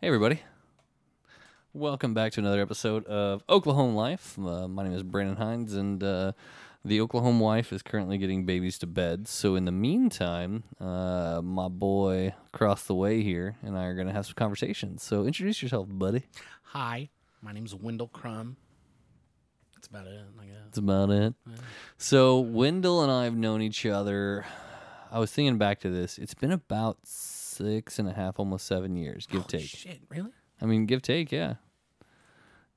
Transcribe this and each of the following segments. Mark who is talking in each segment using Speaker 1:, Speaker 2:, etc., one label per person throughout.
Speaker 1: Hey, everybody. Welcome back to another episode of Oklahoma Life. Uh, my name is Brandon Hines, and uh, the Oklahoma wife is currently getting babies to bed. So, in the meantime, uh, my boy across the way here and I are going to have some conversations. So, introduce yourself, buddy.
Speaker 2: Hi, my name's Wendell Crumb. That's about it, I guess.
Speaker 1: That's about it. So Wendell and I have known each other. I was thinking back to this. It's been about six and a half, almost seven years,
Speaker 2: Oh,
Speaker 1: give take.
Speaker 2: Shit, really?
Speaker 1: I mean, give take, yeah.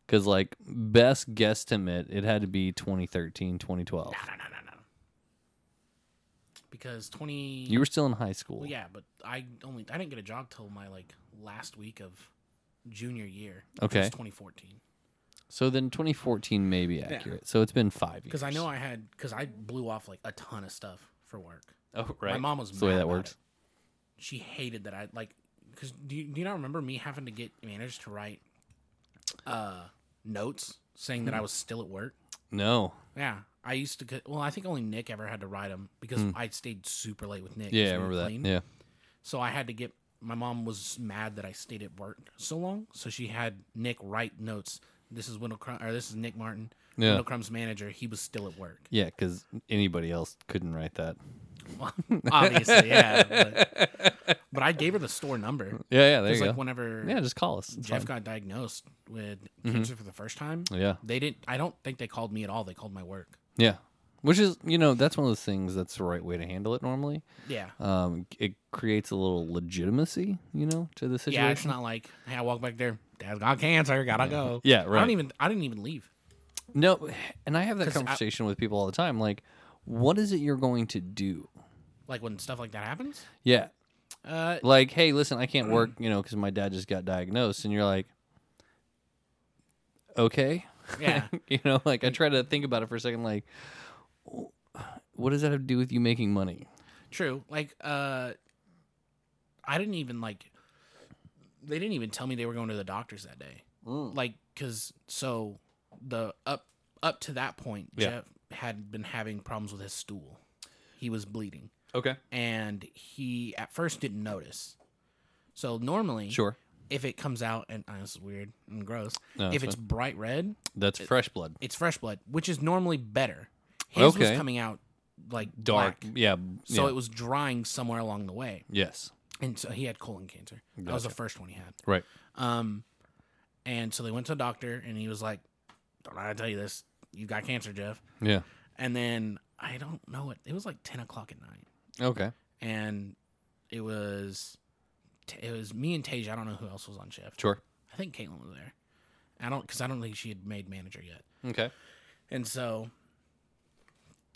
Speaker 1: Because like best guesstimate, it had to be 2013, 2012.
Speaker 2: No, no, no, no, no. Because twenty.
Speaker 1: You were still in high school.
Speaker 2: Well, yeah, but I only I didn't get a job till my like last week of junior year.
Speaker 1: Okay.
Speaker 2: Twenty fourteen.
Speaker 1: So then 2014 may be accurate. So it's been five years.
Speaker 2: Because I know I had because I blew off like a ton of stuff for work.
Speaker 1: Oh, right.
Speaker 2: My mom was
Speaker 1: That's the way
Speaker 2: mad
Speaker 1: that
Speaker 2: about
Speaker 1: works.
Speaker 2: it. She hated that I like because do you, do you not remember me having to get managed to write uh notes saying
Speaker 1: Hmm.
Speaker 2: that I was still at work.
Speaker 1: No.
Speaker 2: Yeah, I used to. get- Well, I think only Nick ever had to ride them because I stayed super late with Nick. 'cause
Speaker 1: Hmm. Yeah, I
Speaker 2: we were
Speaker 1: remember that.
Speaker 2: clean.
Speaker 1: Yeah.
Speaker 2: So I had to get. My mom was mad that I stayed at work so long, so she had Nick write notes. This is Wendell Crum, or this is Nick Martin.
Speaker 1: Yeah.
Speaker 2: Wendell Crum's manager. He was still at work.
Speaker 1: Yeah, because anybody else couldn't write that.
Speaker 2: Well, obviously, yeah. But, but I gave her the store number.
Speaker 1: Yeah, yeah. There
Speaker 2: It's
Speaker 1: you
Speaker 2: like
Speaker 1: go.
Speaker 2: whenever
Speaker 1: Yeah, just call us. It's fine.
Speaker 2: Jeff
Speaker 1: Mm-hmm.
Speaker 2: got diagnosed with cancer for the first time,
Speaker 1: yeah.
Speaker 2: they didn't. I don't think they called me at all. They called my work.
Speaker 1: Yeah. Which is, you know, that's one of those things that's the right way to handle it normally.
Speaker 2: Yeah.
Speaker 1: Um, it creates a little legitimacy, you know, to the situation.
Speaker 2: Yeah, it's not like hey, I walk back there. Dad's got cancer. Gotta go.
Speaker 1: Yeah,
Speaker 2: I
Speaker 1: right.
Speaker 2: don't even. I didn't even leave.
Speaker 1: No, and I have that
Speaker 2: 'Cause I-
Speaker 1: conversation with people all the time. Like, what is it you're going to do?
Speaker 2: Like when stuff like that happens.
Speaker 1: Yeah.
Speaker 2: Uh,
Speaker 1: Like, hey, listen, I can't work, you know, because my dad just got diagnosed. And you're like, okay.
Speaker 2: yeah.
Speaker 1: you know, like, I try to think about it for a second. Like, what does that have to do with you making money?
Speaker 2: True. Like, uh, I didn't even like. They didn't even tell me they were going to the doctors that day.
Speaker 1: Mm.
Speaker 2: Like, cause so the up up to that point,
Speaker 1: Yeah.
Speaker 2: Jeff had been having problems with his stool. He was bleeding,
Speaker 1: Okay.
Speaker 2: and he at first didn't notice. So normally,
Speaker 1: Sure.
Speaker 2: if it comes out and uh, this is weird and gross,
Speaker 1: No,
Speaker 2: if
Speaker 1: that's
Speaker 2: it's bright red,
Speaker 1: That's fresh blood.
Speaker 2: it's fresh blood, which is normally better. His
Speaker 1: Okay.
Speaker 2: was coming out like
Speaker 1: Dark.
Speaker 2: dark,
Speaker 1: Yeah.
Speaker 2: so
Speaker 1: yeah.
Speaker 2: it was drying somewhere along the way,
Speaker 1: Yes.
Speaker 2: and so he had colon cancer. That was the first one he had.
Speaker 1: Right.
Speaker 2: Um, and so they went to a doctor, and he was like, "Don't I tell you this? You got cancer, Jeff."
Speaker 1: Yeah.
Speaker 2: And then I don't know what it was like ten o'clock at night,
Speaker 1: Okay.
Speaker 2: and it was it was me and Tage. I don't know who else was on shift.
Speaker 1: Sure.
Speaker 2: I think Caitlin was there. I don't because I don't think she had made manager yet.
Speaker 1: Okay.
Speaker 2: And so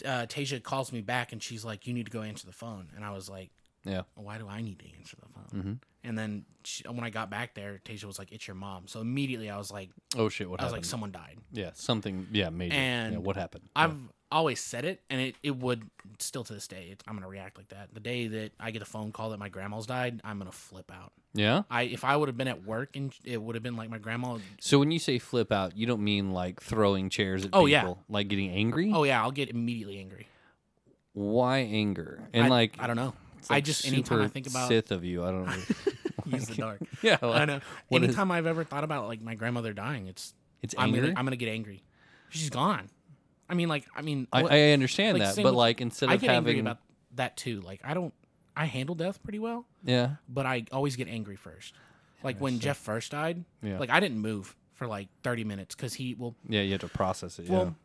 Speaker 2: uh, Tasia calls me back and she's like, You need to go answer the phone. And I was like,
Speaker 1: Yeah. Mm-hmm.
Speaker 2: Why do I need to answer the phone? And then she, when I got back there, Tasia was like, It's your mom. So immediately I was like,
Speaker 1: Oh shit! What
Speaker 2: I was
Speaker 1: happened?
Speaker 2: like, Someone died.
Speaker 1: yeah, something. Yeah, major. yeah,
Speaker 2: And
Speaker 1: what happened?
Speaker 2: I've always said it, and it, it would still to this day. It, I'm going to react like that. The day that I get a phone call that my grandma's died, I'm going to flip out.
Speaker 1: yeah.
Speaker 2: I If I would have been at work and it would have been like my grandma,
Speaker 1: So when you say flip out, you don't mean like throwing chairs at
Speaker 2: Oh,
Speaker 1: people,
Speaker 2: yeah.
Speaker 1: like getting angry.
Speaker 2: oh, yeah, I'll get immediately angry.
Speaker 1: Why anger? And
Speaker 2: I-
Speaker 1: like,
Speaker 2: I don't know.
Speaker 1: it's,
Speaker 2: I
Speaker 1: like,
Speaker 2: just, anytime I
Speaker 1: super
Speaker 2: think about
Speaker 1: Sith of you, I don't know.
Speaker 2: use the dark.
Speaker 1: yeah,
Speaker 2: I know.
Speaker 1: what is-
Speaker 2: Anytime I've ever thought about like my grandmother dying, it's
Speaker 1: It's
Speaker 2: I'm
Speaker 1: angry.
Speaker 2: gonna, I'm gonna get angry. She's gone. I mean, like I mean,
Speaker 1: I,
Speaker 2: what-
Speaker 1: I understand
Speaker 2: like,
Speaker 1: that,
Speaker 2: same
Speaker 1: but
Speaker 2: with-
Speaker 1: like instead
Speaker 2: I
Speaker 1: of
Speaker 2: get angry
Speaker 1: having,
Speaker 2: about that too. Like I don't, I handle death pretty well,
Speaker 1: yeah,
Speaker 2: but I always get angry first. Like when Jeff first died,
Speaker 1: Yeah.
Speaker 2: like I didn't move for like 30 minutes because he well,
Speaker 1: yeah, you have to process it.
Speaker 2: well,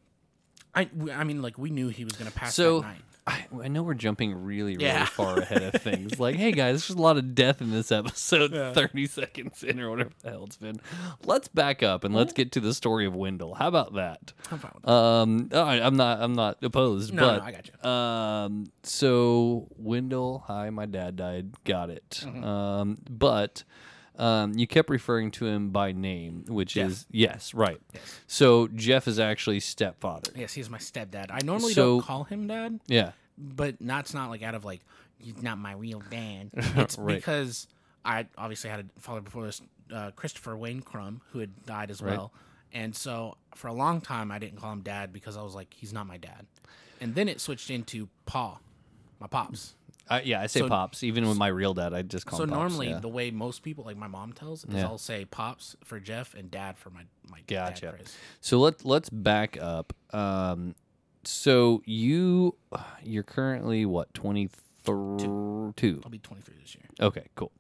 Speaker 2: I w- I mean, like we knew he was gonna
Speaker 1: yeah.
Speaker 2: pass
Speaker 1: So.
Speaker 2: that night.
Speaker 1: I, I know we're jumping really, really
Speaker 2: Yeah.
Speaker 1: far ahead of things. Like, hey guys, there's a lot of death in this episode, 30 seconds in or whatever the hell it's been. Let's back up and let's get to the story of Wendell. How about that?
Speaker 2: I'm fine with that.
Speaker 1: Um, all right, I'm not. I'm not opposed.
Speaker 2: No,
Speaker 1: but,
Speaker 2: no, I got
Speaker 1: Um, so Wendell, hi, my dad died. Got it.
Speaker 2: Mm-hmm.
Speaker 1: Um, but um, you kept referring to him by name, which is yes, right. So Jeff is actually stepfather.
Speaker 2: yes, he's my stepdad. I normally
Speaker 1: So-
Speaker 2: don't call him dad.
Speaker 1: Yeah.
Speaker 2: but that's not like out of like he's not my real dad. It's
Speaker 1: Right.
Speaker 2: because I obviously had a father before this, uh, Christopher Wayne Crumb, who had died as well, and so for a long time I didn't call him dad because I was like he's not my dad, and then it switched into Pa, my pops.
Speaker 1: I, yeah, I say
Speaker 2: So-
Speaker 1: pops. Even with my real dad, I just call
Speaker 2: so
Speaker 1: him pops,
Speaker 2: normally
Speaker 1: yeah.
Speaker 2: the way most people, like my mom tells, is
Speaker 1: Yeah.
Speaker 2: I'll say pops for Jeff and dad for my my
Speaker 1: Gotcha.
Speaker 2: dad. Chris.
Speaker 1: So let let's back up. Um, so you you're currently what twenty two?
Speaker 2: I'll be 23 this year.
Speaker 1: Okay, cool.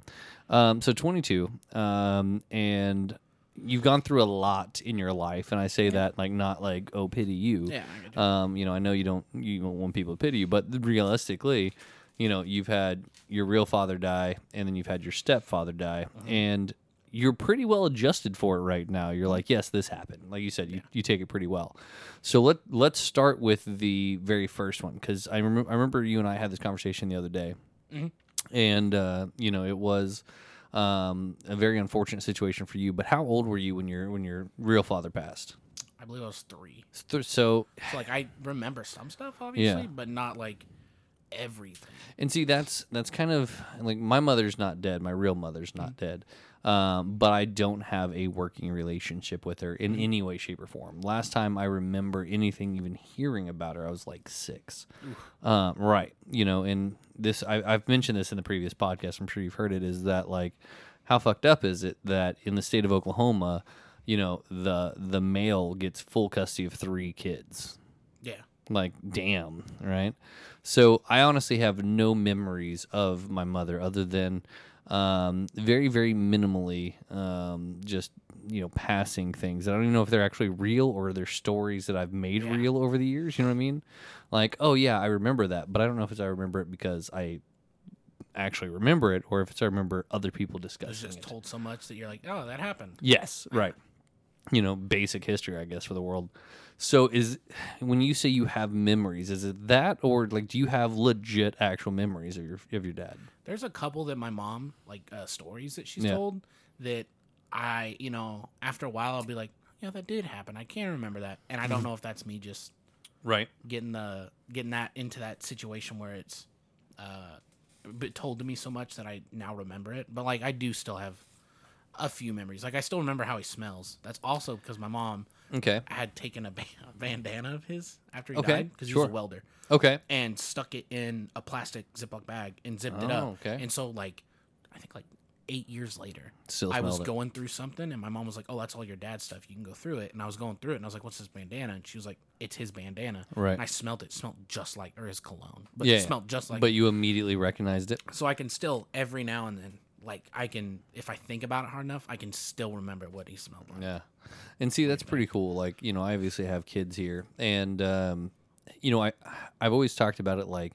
Speaker 1: Um, so 22, um, and you've gone through a lot in your life, and I say that like not like oh pity you.
Speaker 2: Yeah, I get you.
Speaker 1: Um, you know, I know you don't you don't want people to pity you, but realistically, you know, you've had your real father die, and then you've had your stepfather die,
Speaker 2: Mm-hmm.
Speaker 1: and you're pretty well adjusted for it right now.
Speaker 2: Mm-hmm.
Speaker 1: You're like, yes, this happened. Like you said, you, you take it pretty well. So let let's start with the very first one because I remember I remember you and I had this conversation the other day and uh, you know it was um, a very unfortunate situation for you. But how old were you when your when your real father passed?
Speaker 2: I believe I was three.
Speaker 1: So- So
Speaker 2: So like I remember some stuff, obviously,
Speaker 1: Yeah.
Speaker 2: but not like everything.
Speaker 1: and see that's that's kind of like my mother's not dead, my real mother's not dead, um, but I don't have a working relationship with her in any way, shape, or form. Last time I remember anything even hearing about her, I was like six, uh, right? You know, and this I, I've mentioned this in the previous podcast. I'm sure you've heard it. Is that like how fucked up is it that in the state of Oklahoma, you know, the the male gets full custody of three kids?
Speaker 2: Yeah.
Speaker 1: like damn right so i honestly have no memories of my mother other than um, very very minimally um, just you know passing things i don't even know if they're actually real or they're stories that i've made
Speaker 2: Yeah.
Speaker 1: real over the years you know what i mean like oh yeah i remember that but i don't know if it's i remember it because i actually remember it or if it's i remember other people
Speaker 2: I was
Speaker 1: discussing
Speaker 2: just
Speaker 1: it
Speaker 2: told so much that you're like, oh, that happened.
Speaker 1: Yes, right. You know, basic history, I guess, for the world. So, is when you say you have memories, is it that, or like, do you have legit actual memories of your of your dad?
Speaker 2: There's a couple that my mom like uh, stories that she's
Speaker 1: Yeah.
Speaker 2: told that I, you know, after a while I'll be like, yeah, that did happen. I can't remember that, and I don't
Speaker 1: Mm-hmm.
Speaker 2: know if that's me just
Speaker 1: Right.
Speaker 2: getting the getting that into that situation where it's uh been told to me so much that I now remember it. But like I do still have a few memories. Like I still remember how he smells. That's also because my mom
Speaker 1: Okay.
Speaker 2: had taken a, ba- a bandana of his after he
Speaker 1: Okay,
Speaker 2: died because he
Speaker 1: sure.
Speaker 2: was a welder
Speaker 1: Okay.
Speaker 2: and stuck it in a plastic Ziploc bag and zipped it
Speaker 1: Oh,
Speaker 2: up.
Speaker 1: okay.
Speaker 2: And so like I think like 8 years later
Speaker 1: Still
Speaker 2: I was
Speaker 1: smelled it.
Speaker 2: going through something and my mom was like, "Oh, that's all your dad's stuff. You can go through it." And I was going through it and I was like, "What's this bandana?" And she was like, "It's his bandana."
Speaker 1: Right.
Speaker 2: And I smelled it. Smelled just like or his cologne, but
Speaker 1: Yeah,
Speaker 2: it smelled just like.
Speaker 1: but you immediately recognized it.
Speaker 2: so I can still every now and then like I can if I think about it hard enough, I can still remember what he smelled like.
Speaker 1: Yeah. And see, that's pretty cool. Like, you know, I obviously have kids here, and um, you know, I I've always talked about it like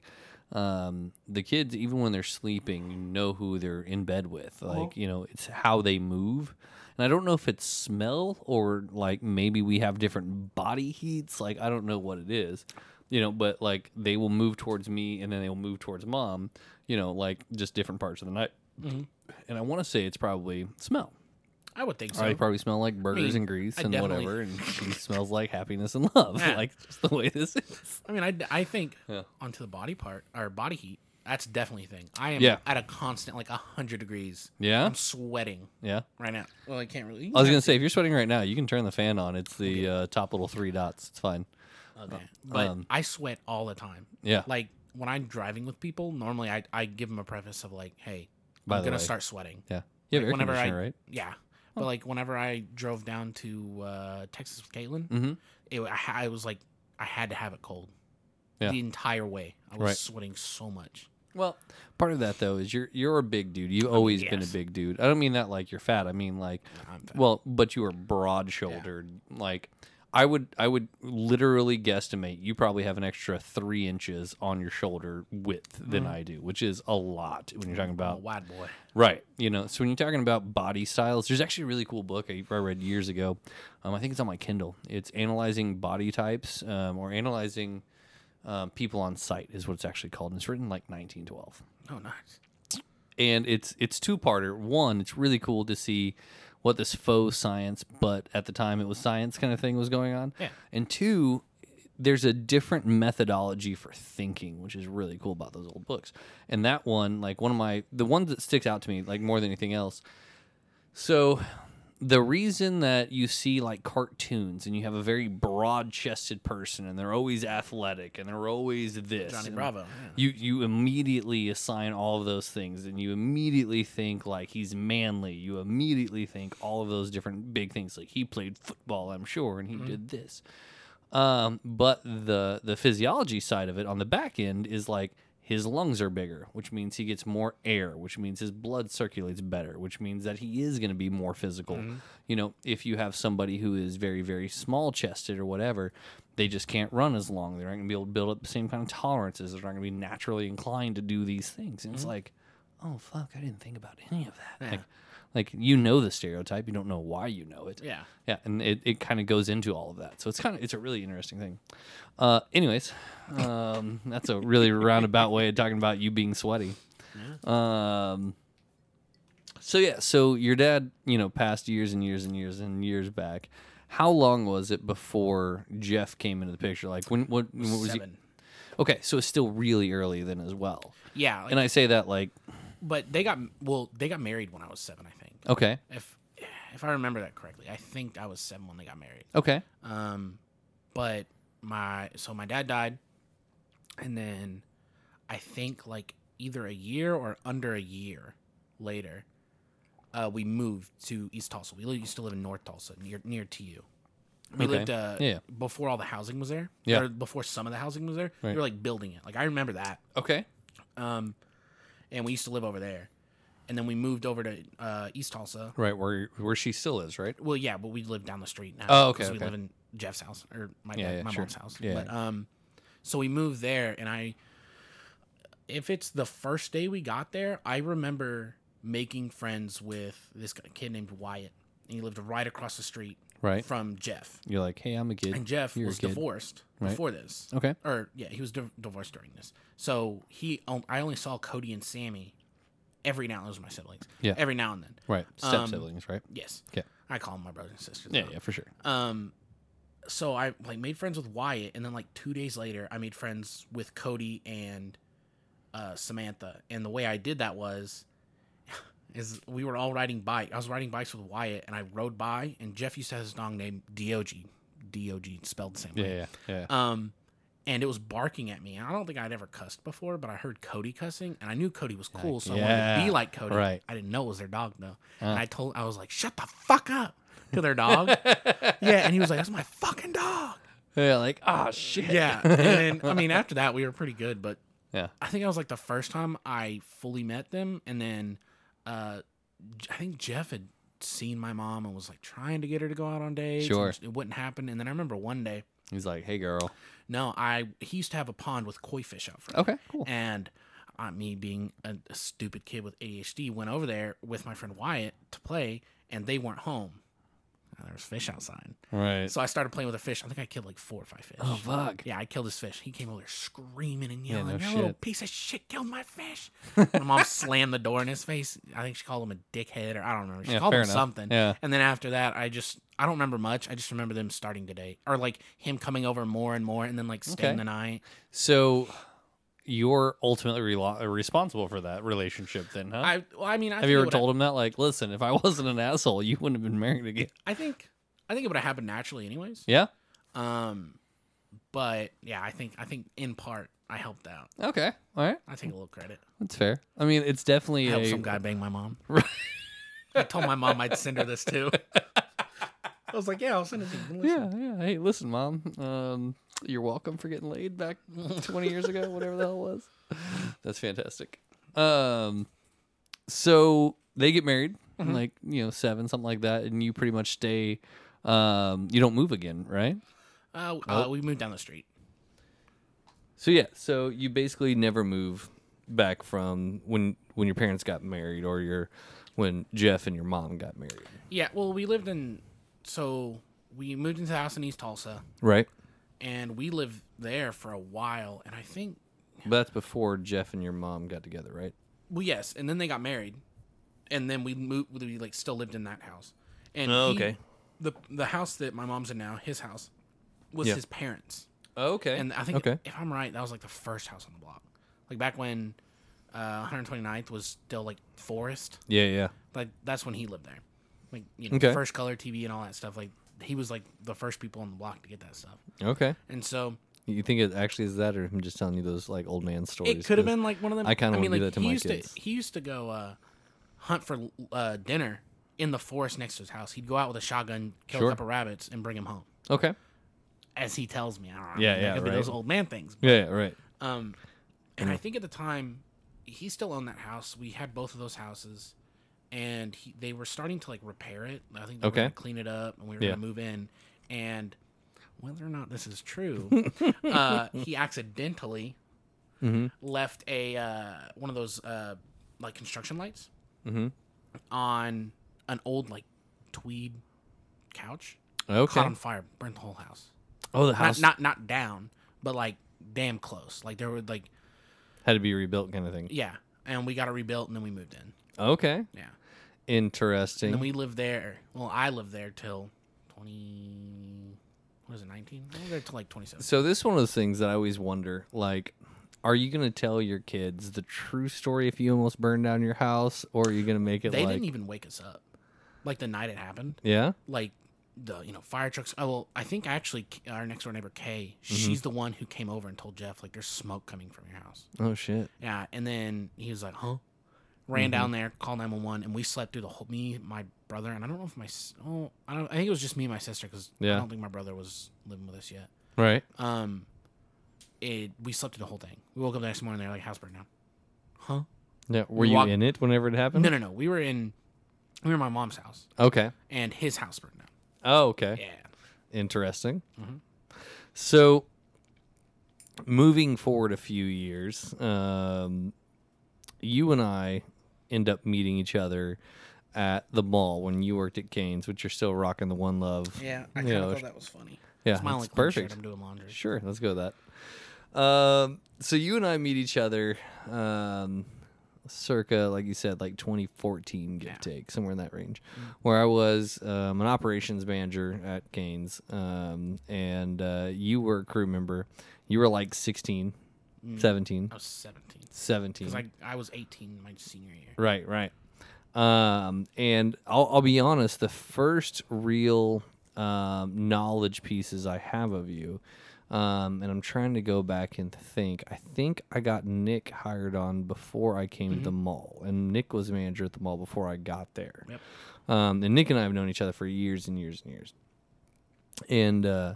Speaker 1: um, the kids, even when they're sleeping, you know who they're in bed with. Like, you know, it's how they move. And I don't know if it's smell or like maybe we have different body heats. Like, I don't know what it is, you know, but like they will move towards me and then they will move towards mom, you know, like just different parts of the night. And I want to say it's probably smell.
Speaker 2: I would think so.
Speaker 1: Or they probably smell like burgers
Speaker 2: mean,
Speaker 1: and grease
Speaker 2: I
Speaker 1: and
Speaker 2: definitely-
Speaker 1: whatever, and she smells like happiness and love,
Speaker 2: Yeah.
Speaker 1: like just the way this is.
Speaker 2: I mean, I, I think
Speaker 1: Yeah.
Speaker 2: onto the body part or body heat. That's definitely a thing. I am
Speaker 1: Yeah.
Speaker 2: at a constant like hundred degrees.
Speaker 1: Yeah?
Speaker 2: I'm sweating
Speaker 1: Yeah,
Speaker 2: right now. Well, I can't really.
Speaker 1: I was gonna say if you're sweating right now, you can turn the fan on. It's the uh, top little three dots. It's fine.
Speaker 2: Okay. But
Speaker 1: Um,
Speaker 2: I sweat all the time.
Speaker 1: Yeah.
Speaker 2: Like when I'm driving with people, normally I, I give them a preface of like, hey,
Speaker 1: By
Speaker 2: I'm
Speaker 1: the
Speaker 2: going to
Speaker 1: way.
Speaker 2: start sweating.
Speaker 1: Yeah, you have
Speaker 2: Like,
Speaker 1: air
Speaker 2: whenever
Speaker 1: conditioner,
Speaker 2: I-
Speaker 1: right?
Speaker 2: Yeah. But like whenever I drove down to uh, Texas with Caitlin,
Speaker 1: Mhm.
Speaker 2: it, I, ha- I was like, I had to have it cold.
Speaker 1: Yeah.
Speaker 2: The entire way, I was
Speaker 1: Right.
Speaker 2: sweating so much.
Speaker 1: Well, part of that though is you're you're a big dude. You've always been a
Speaker 2: Oh, yes.
Speaker 1: big dude. I don't mean that like you're fat. I mean like,
Speaker 2: I'm fat.
Speaker 1: well, but you are broad shouldered. Like, I would I would literally guesstimate you probably have an extra three inches on your shoulder width than
Speaker 2: Mm-hmm.
Speaker 1: I do, which is a lot when you're talking
Speaker 2: I'm a
Speaker 1: about
Speaker 2: wide boy.
Speaker 1: Right. You know, so when you're talking about body styles, there's actually a really cool book I, I read years ago. Um, I think it's on my Kindle. It's analyzing body types um, or analyzing um, people on site is what it's actually called. And it's written like 1912
Speaker 2: Oh, nice.
Speaker 1: and it's it's two parter. One, it's really cool to see what this faux science, but at the time it was science kind of thing was going on.
Speaker 2: Yeah.
Speaker 1: And two, there's a different methodology for thinking, which is really cool about those old books. And that one, like one of my the ones that sticks out to me like more than anything else. So the reason that you see like cartoons and you have a very broad-chested person and they're always athletic and they're always this
Speaker 2: Johnny
Speaker 1: and
Speaker 2: Bravo.
Speaker 1: you you immediately assign all of those things and you immediately think like he's manly you immediately think all of those different big things like he played football i'm sure and he did this um, but the the physiology side of it on the back end is like his lungs are bigger which means he gets more air which means his blood circulates better which means that he is going to be more physical you know if you have somebody who is very very small chested or whatever they just can't run as long they're not going to be able to build up the same kind of tolerances they're not going to be naturally inclined to do these things and it's like oh fuck i didn't think about any of that like like you know the stereotype you don't know why you know it
Speaker 2: Yeah.
Speaker 1: yeah, and it, it kind of goes into all of that. So it's kind of it's a really interesting thing. Uh, anyways, um, that's a really roundabout way of talking about you being sweaty. Um, so yeah, so your dad, you know, passed years and years and years and years back. How long was it before Jeff came into the picture? Like when what, when was
Speaker 2: Seven.
Speaker 1: he? Okay, so it's still really early then as well.
Speaker 2: Yeah, like,
Speaker 1: And I say that like
Speaker 2: but they got well, they got married when I was seven, I think.
Speaker 1: okay,
Speaker 2: If if I remember that correctly, I think I was seven when they got married.
Speaker 1: okay,
Speaker 2: Um, but my so my dad died, and then I think like either a year or under a year later, uh, we moved to East Tulsa. We li- used to live in North Tulsa, near near TU. We
Speaker 1: Okay.
Speaker 2: lived uh,
Speaker 1: Yeah.
Speaker 2: before all the housing was there.
Speaker 1: Yeah.
Speaker 2: Or before some of the housing was there.
Speaker 1: Right.
Speaker 2: We were like building it. Like I remember that.
Speaker 1: okay,
Speaker 2: Um, and we used to live over there, and then we moved over to uh, East Tulsa.
Speaker 1: right where where she still is, right?
Speaker 2: Well, yeah, but we live down the street now.
Speaker 1: Oh, okay,
Speaker 2: 'cause We
Speaker 1: okay.
Speaker 2: live in Jeff's house or my,
Speaker 1: Yeah,
Speaker 2: dad-
Speaker 1: yeah,
Speaker 2: my
Speaker 1: sure.
Speaker 2: mom's house.
Speaker 1: Yeah.
Speaker 2: But um, so we moved there, and I, if it's the first day we got there, I remember making friends with this guy- kid named Wyatt, and he lived right across the street
Speaker 1: Right.
Speaker 2: from Jeff.
Speaker 1: You're like, hey, I'm a kid.
Speaker 2: And Jeff
Speaker 1: You're a
Speaker 2: was
Speaker 1: kid.
Speaker 2: divorced
Speaker 1: Right.
Speaker 2: before this
Speaker 1: Okay,
Speaker 2: or yeah, he was div- divorced during this. So he, on- I only saw Cody and Sammy every now. Those are my siblings.
Speaker 1: Yeah.
Speaker 2: every now and then.
Speaker 1: right, step
Speaker 2: Um,
Speaker 1: siblings, right?
Speaker 2: Yes.
Speaker 1: Okay.
Speaker 2: I call them my brothers and sisters.
Speaker 1: Yeah,
Speaker 2: though.
Speaker 1: yeah, for sure.
Speaker 2: Um, so I like made friends with Wyatt, and then like two days later, I made friends with Cody and uh, Samantha. And the way I did that was, is we were all riding bike. I was riding bikes with Wyatt, and I rode by, and Jeff used to have his dog named Dog, Dog spelled the same way.
Speaker 1: yeah, yeah.
Speaker 2: Um, and it was barking at me. And I don't think I'd ever cussed before, but I heard Cody cussing, and I knew Cody was cool, so I wanted to
Speaker 1: yeah,
Speaker 2: be like Cody.
Speaker 1: right. Uh.
Speaker 2: I didn't know it was their dog though. And I told, I was like, "Shut the fuck up" to their dog. yeah, and he was like, "That's my fucking dog."
Speaker 1: yeah, like ah shit.
Speaker 2: Yeah, and then I mean, after that, we were pretty good, but
Speaker 1: yeah,
Speaker 2: I think I was like the first time I fully met them, and then uh, J- I think Jeff had seen my mom and was like trying to get her to go out on dates. and
Speaker 1: Sure.
Speaker 2: it wouldn't happen. And then I remember one day.
Speaker 1: He's like, hey girl.
Speaker 2: No, I he used to have a pond with koi fish out front.
Speaker 1: Okay, cool.
Speaker 2: And uh, me being a, a stupid kid with ADHD went over there with my friend Wyatt to play, and they weren't home. And there was fish outside,
Speaker 1: Right.
Speaker 2: so I started playing with a fish. I think I killed like four or five fish.
Speaker 1: oh fuck.
Speaker 2: Yeah, I killed this fish. He came over there screaming and yelling,
Speaker 1: no
Speaker 2: "You little
Speaker 1: shit.
Speaker 2: piece of shit killed my fish!" my mom slammed the door in his face. I think she called him a dickhead, or I don't remember. She
Speaker 1: Yeah,
Speaker 2: called
Speaker 1: fair
Speaker 2: him
Speaker 1: enough.
Speaker 2: something.
Speaker 1: Yeah.
Speaker 2: And then after that, I just I don't remember much. I just remember them starting to date, or like him coming over more and more, and then like staying
Speaker 1: Okay.
Speaker 2: the night.
Speaker 1: So you're ultimately relo- responsible for that relationship, then, huh?
Speaker 2: I well, I mean,
Speaker 1: Oh.
Speaker 2: I
Speaker 1: have
Speaker 2: think
Speaker 1: you
Speaker 2: it
Speaker 1: ever
Speaker 2: would've-
Speaker 1: told him that? Like, listen, if I wasn't an asshole, you wouldn't have been married again.
Speaker 2: I think I think it would have happened naturally, anyways.
Speaker 1: Yeah.
Speaker 2: Um, but yeah, I think I think in part I helped out.
Speaker 1: Okay. All right.
Speaker 2: I take a little credit.
Speaker 1: That's fair. I mean, it's definitely
Speaker 2: I helped
Speaker 1: a
Speaker 2: some guy bang my mom. I told my mom I'd send her this too. I was like, yeah, I'll send it to you.
Speaker 1: Yeah,
Speaker 2: Listen.
Speaker 1: yeah. Hey, listen, mom. Um, you're welcome for getting laid back 20 years ago, whatever the hell it was. That's fantastic. Um, so they get married, like you know, seven, something like that, and you pretty much stay. Um, you don't move again, right?
Speaker 2: Uh, uh, we moved down the street.
Speaker 1: So yeah, so you basically never move back from when when your parents got married or your when Jeff and your mom got married,
Speaker 2: Yeah, well, we lived in, so we moved into the house in East Tulsa,
Speaker 1: right?
Speaker 2: and we lived there for a while. And I think,
Speaker 1: But that's before Jeff and your mom got together, right?
Speaker 2: well, yes, and then they got married, and then we moved. We like still lived in that house. And
Speaker 1: Oh,
Speaker 2: he-
Speaker 1: okay.
Speaker 2: the the house that my mom's in now, his house, was
Speaker 1: Yeah.
Speaker 2: his parents.
Speaker 1: Okay.
Speaker 2: And I think,
Speaker 1: okay.
Speaker 2: if I'm right, that was like the first house on the block. Like back when uh, 129th was still like forest,
Speaker 1: Yeah, yeah.
Speaker 2: like that's when he lived there. like you know
Speaker 1: Okay.
Speaker 2: first color TV and all that stuff. Like he was like the first people on the block to get that stuff,
Speaker 1: Okay.
Speaker 2: and so
Speaker 1: You think it actually is that, or him just telling you those like old man stories?
Speaker 2: it could have
Speaker 1: 'Cause-
Speaker 2: been like one of them.
Speaker 1: I kinda
Speaker 2: mean,
Speaker 1: wanna do
Speaker 2: like,
Speaker 1: that to
Speaker 2: he
Speaker 1: my
Speaker 2: used
Speaker 1: kids.
Speaker 2: To, he used to go uh, hunt for uh, dinner in the forest next to his house. He'd go out with a shotgun, kill
Speaker 1: Sure.
Speaker 2: a couple rabbits, and bring them home.
Speaker 1: Okay.
Speaker 2: As he tells me, I don't know.
Speaker 1: Yeah,
Speaker 2: It
Speaker 1: yeah,
Speaker 2: could be Those
Speaker 1: right.
Speaker 2: old man things.
Speaker 1: Yeah. yeah, Right.
Speaker 2: Um, and I think at the time he still owned that house. We had both of those houses, and he, they were starting to like repair it. I think they
Speaker 1: Okay.
Speaker 2: were gonna clean it up, and we were
Speaker 1: Yeah.
Speaker 2: gonna move in. And whether or not this is true, uh, he accidentally
Speaker 1: Mm-hmm.
Speaker 2: left a uh, one of those uh, like construction lights
Speaker 1: Mhm.
Speaker 2: on an old like tweed couch. Caught
Speaker 1: Okay.
Speaker 2: on fire, burnt the whole house.
Speaker 1: Oh, the
Speaker 2: Not
Speaker 1: house
Speaker 2: not not down, but like damn close. Like there were like
Speaker 1: had to be rebuilt, kind of thing.
Speaker 2: yeah, and we got it rebuilt, and then we moved in.
Speaker 1: Okay.
Speaker 2: Yeah,
Speaker 1: Interesting.
Speaker 2: and then we lived there. Well, I lived there till twenty. What is it? Nineteen. I lived there till like twenty-seven.
Speaker 1: So this is one of those things that I always wonder, like, are you gonna tell your kids the true story if you almost burned down your house, or are you gonna make it
Speaker 2: They
Speaker 1: like,
Speaker 2: didn't e- even wake us up. Like the night it happened,
Speaker 1: yeah,
Speaker 2: like the you know fire trucks. Oh, well, I think actually our next door neighbor Kay,
Speaker 1: Mm-hmm.
Speaker 2: she's the one who came over and told Jeff like there's smoke coming from your house.
Speaker 1: oh shit,
Speaker 2: Yeah, and then he was like, "Huh?"
Speaker 1: Mm-hmm.
Speaker 2: Ran down there, called nine one one, and we slept through the whole. Me, my brother, and I don't know if my s- oh, I don't. I think it was just me and my sister because
Speaker 1: Yeah.
Speaker 2: I don't think my brother was living with us yet.
Speaker 1: right?
Speaker 2: Um, it we slept through the whole thing. We woke up the next morning, they're like house burned down. Huh?
Speaker 1: Yeah, were
Speaker 2: We
Speaker 1: you
Speaker 2: walk-
Speaker 1: in it whenever it happened?
Speaker 2: No, no, no. We were in, we were in my mom's house,
Speaker 1: Okay.
Speaker 2: and his house burned down.
Speaker 1: Oh, okay.
Speaker 2: Yeah.
Speaker 1: Interesting.
Speaker 2: Mhm.
Speaker 1: So, moving forward a few years, um, you and I end up meeting each other at the mall when you worked at Canes, which you're still rocking the One Love.
Speaker 2: Yeah, I
Speaker 1: kinda Yeah, thought
Speaker 2: that was funny.
Speaker 1: yeah,
Speaker 2: it's my only
Speaker 1: that's
Speaker 2: clean shirt,
Speaker 1: perfect.
Speaker 2: I'm doing laundry.
Speaker 1: Sure, let's go with that. Um, so you and I meet each other, um, circa like you said, like 2014, give
Speaker 2: Yeah. Mm-hmm.
Speaker 1: take somewhere in that range, where I was um, an operations manager at Canes, um, and uh, you were a crew member. You were like 16, 17,
Speaker 2: I was seventeen
Speaker 1: 17.
Speaker 2: because Mm. I I was eighteen my senior year.
Speaker 1: Right, right. Um, and I'll, I'll be honest, the first real um, knowledge pieces I have of you, um, and I'm trying to go back and think. I think I got Nick hired on before I came
Speaker 2: Mm-hmm.
Speaker 1: to the mall, and Nick was manager at the mall before I got there.
Speaker 2: Yep.
Speaker 1: Um, and Nick and I have known each other for years and years and years. And uh,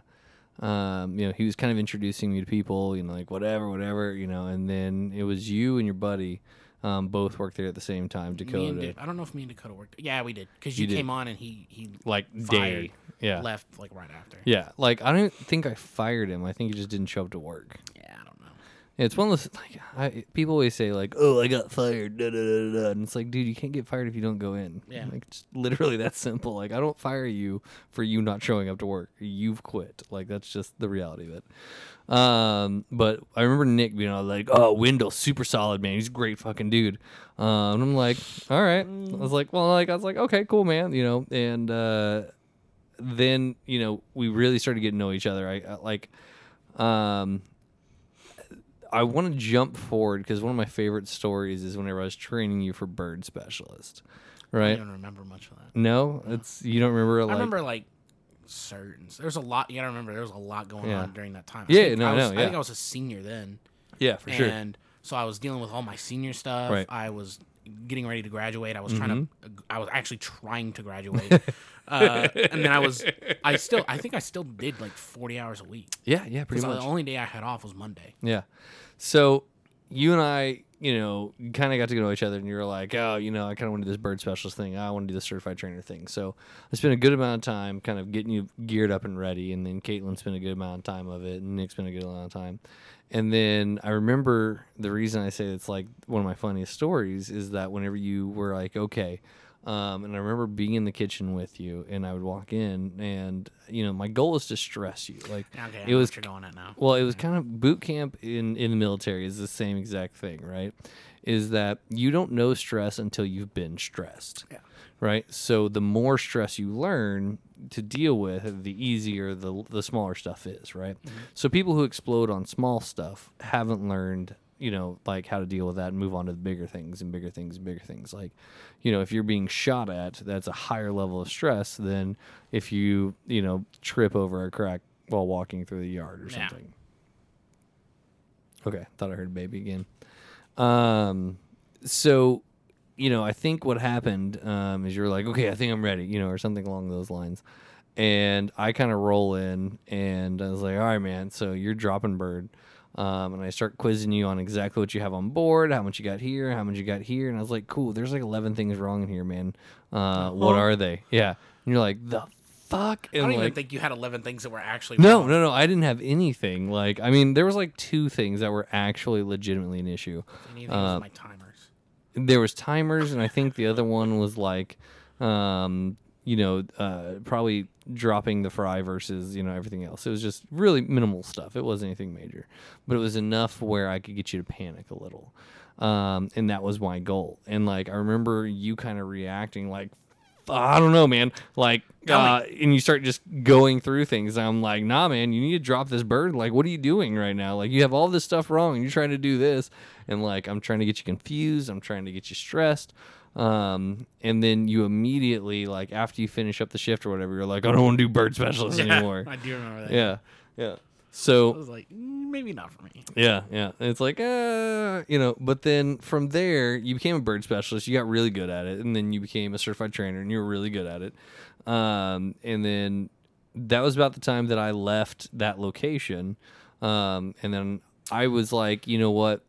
Speaker 1: um, you know, he was kind of introducing me to people, you know, like whatever, whatever, you know. And then it was you and your buddy, um, both worked there at the same time,
Speaker 2: Me and
Speaker 1: Dakota.
Speaker 2: Da- I don't know if me and Dakota worked. Yeah, we did because you,
Speaker 1: You did.
Speaker 2: came on and he he
Speaker 1: like
Speaker 2: fired,
Speaker 1: day, yeah,
Speaker 2: left like right after.
Speaker 1: yeah. Like I don't think I fired him. I think he just didn't show up to work.
Speaker 2: Yeah, I don't know.
Speaker 1: It's one of those like I, people always say like, "Oh, I got fired," da, da, da, da, da. and it's like, dude, you can't get fired if you don't go in.
Speaker 2: Yeah.
Speaker 1: like it's literally that simple. Like I don't fire you for you not showing up to work. You've quit. Like that's just the reality of it. Um, but I remember Nick being all like, "Oh, Wendell, super solid man. He's a great fucking dude." Um, and I'm like, "All right." I was like, "Well, like I was like, okay, cool, man," you know, and. uh then you know we really started getting to know each other. I, I like, um, I want to jump forward because one of my favorite stories is whenever I was training you for bird specialist,
Speaker 2: I
Speaker 1: right?
Speaker 2: don't remember much of that.
Speaker 1: No, it's you don't remember. Like,
Speaker 2: I remember like certain. There's a lot. You gotta remember. There was a lot going
Speaker 1: Yeah.
Speaker 2: on during that time.
Speaker 1: Yeah,
Speaker 2: I think
Speaker 1: no,
Speaker 2: I was,
Speaker 1: no,
Speaker 2: I
Speaker 1: yeah.
Speaker 2: think I was a senior then,
Speaker 1: yeah, for sure.
Speaker 2: and so I was dealing with all my senior stuff.
Speaker 1: Right. Mm-hmm.
Speaker 2: I was getting ready to graduate. I was trying to. I was actually trying to graduate, uh, and then I was. I still. I think I still did like 40 hours a week.
Speaker 1: Yeah, yeah, pretty
Speaker 2: So
Speaker 1: much.
Speaker 2: the only day I had off was Monday.
Speaker 1: Yeah. So you and I, you know, kind of got to know each other, and you were like, oh, you know, I kind of want to do this bird specialist thing. I want to do this certified trainer thing. So I spent a good amount of time kind of getting you geared up and ready. And then Caitlin spent a good amount of time of it, and Nick spent a good amount of time. And then I remember the reason I say it's like one of my funniest stories is that whenever you were like, okay, um, and I remember being in the kitchen with you, and I would walk in, and you know, my goal is to stress you. Like
Speaker 2: Okay, I
Speaker 1: it
Speaker 2: know
Speaker 1: was
Speaker 2: what you're going at now.
Speaker 1: well, it was kind of boot camp in in the military is the same exact thing, right? Is that you don't know stress until you've been stressed.
Speaker 2: Yeah.
Speaker 1: Right? So the more stress you learn to deal with, the easier the the smaller stuff is, right? So people who explode on small stuff haven't learned you know, like how to deal with that and move on to the bigger things and bigger things and bigger things. Like, you know, if you're being shot at, that's a higher level of stress than if you, you know, trip over a crack while walking through the yard or
Speaker 2: Yeah.
Speaker 1: something. Okay, thought I heard baby again. Um, so, you know, I think what happened um, is you're like, okay, I think I'm ready, you know, or something along those lines. And I kind of roll in and I was like, all right, man, so you're dropping bird. Um, and I start quizzing you on exactly what you have on board, how much you got here, how much you got here. And I was like, cool, there's like 11 things wrong in here, man. Uh, what are they? Yeah. And you're like, the fuck? And
Speaker 2: Uh-huh. I don't
Speaker 1: like,
Speaker 2: even think you had 11 things that were actually
Speaker 1: no,
Speaker 2: wrong.
Speaker 1: no, no. I didn't have anything. Like, I mean, there was like two things that were actually legitimately an issue.
Speaker 2: Any of these
Speaker 1: Uh,
Speaker 2: was my timers.
Speaker 1: There was timers, and I think the other one was like, um, you know, uh, probably dropping the fry versus you know everything else. It was just really minimal stuff. It wasn't anything major, but it was enough where I could get you to panic a little, um, and that was my goal. And like, I remember you kind of reacting like. I don't know, man. Like, uh, and you start just going through things. I'm like, nah, man, you need to drop this bird. Like, what are you doing right now? Like, you have all this stuff wrong and you're trying to do this. And like, I'm trying to get you confused. I'm trying to get you stressed. Um, and then you immediately, like, after you finish up the shift or whatever, you're like, I don't want to do bird specialists anymore.
Speaker 2: I do remember that.
Speaker 1: Yeah. Yeah.
Speaker 2: I
Speaker 1: So,
Speaker 2: was like, "Mm, maybe not for me.
Speaker 1: yeah, yeah. And it's like, uh, you know, but then from there, you became a bird specialist. You got really good at it. And then you became a certified trainer and you were really good at it. Um, and then that was about the time that I left that location. Um, and then I was like, you know what?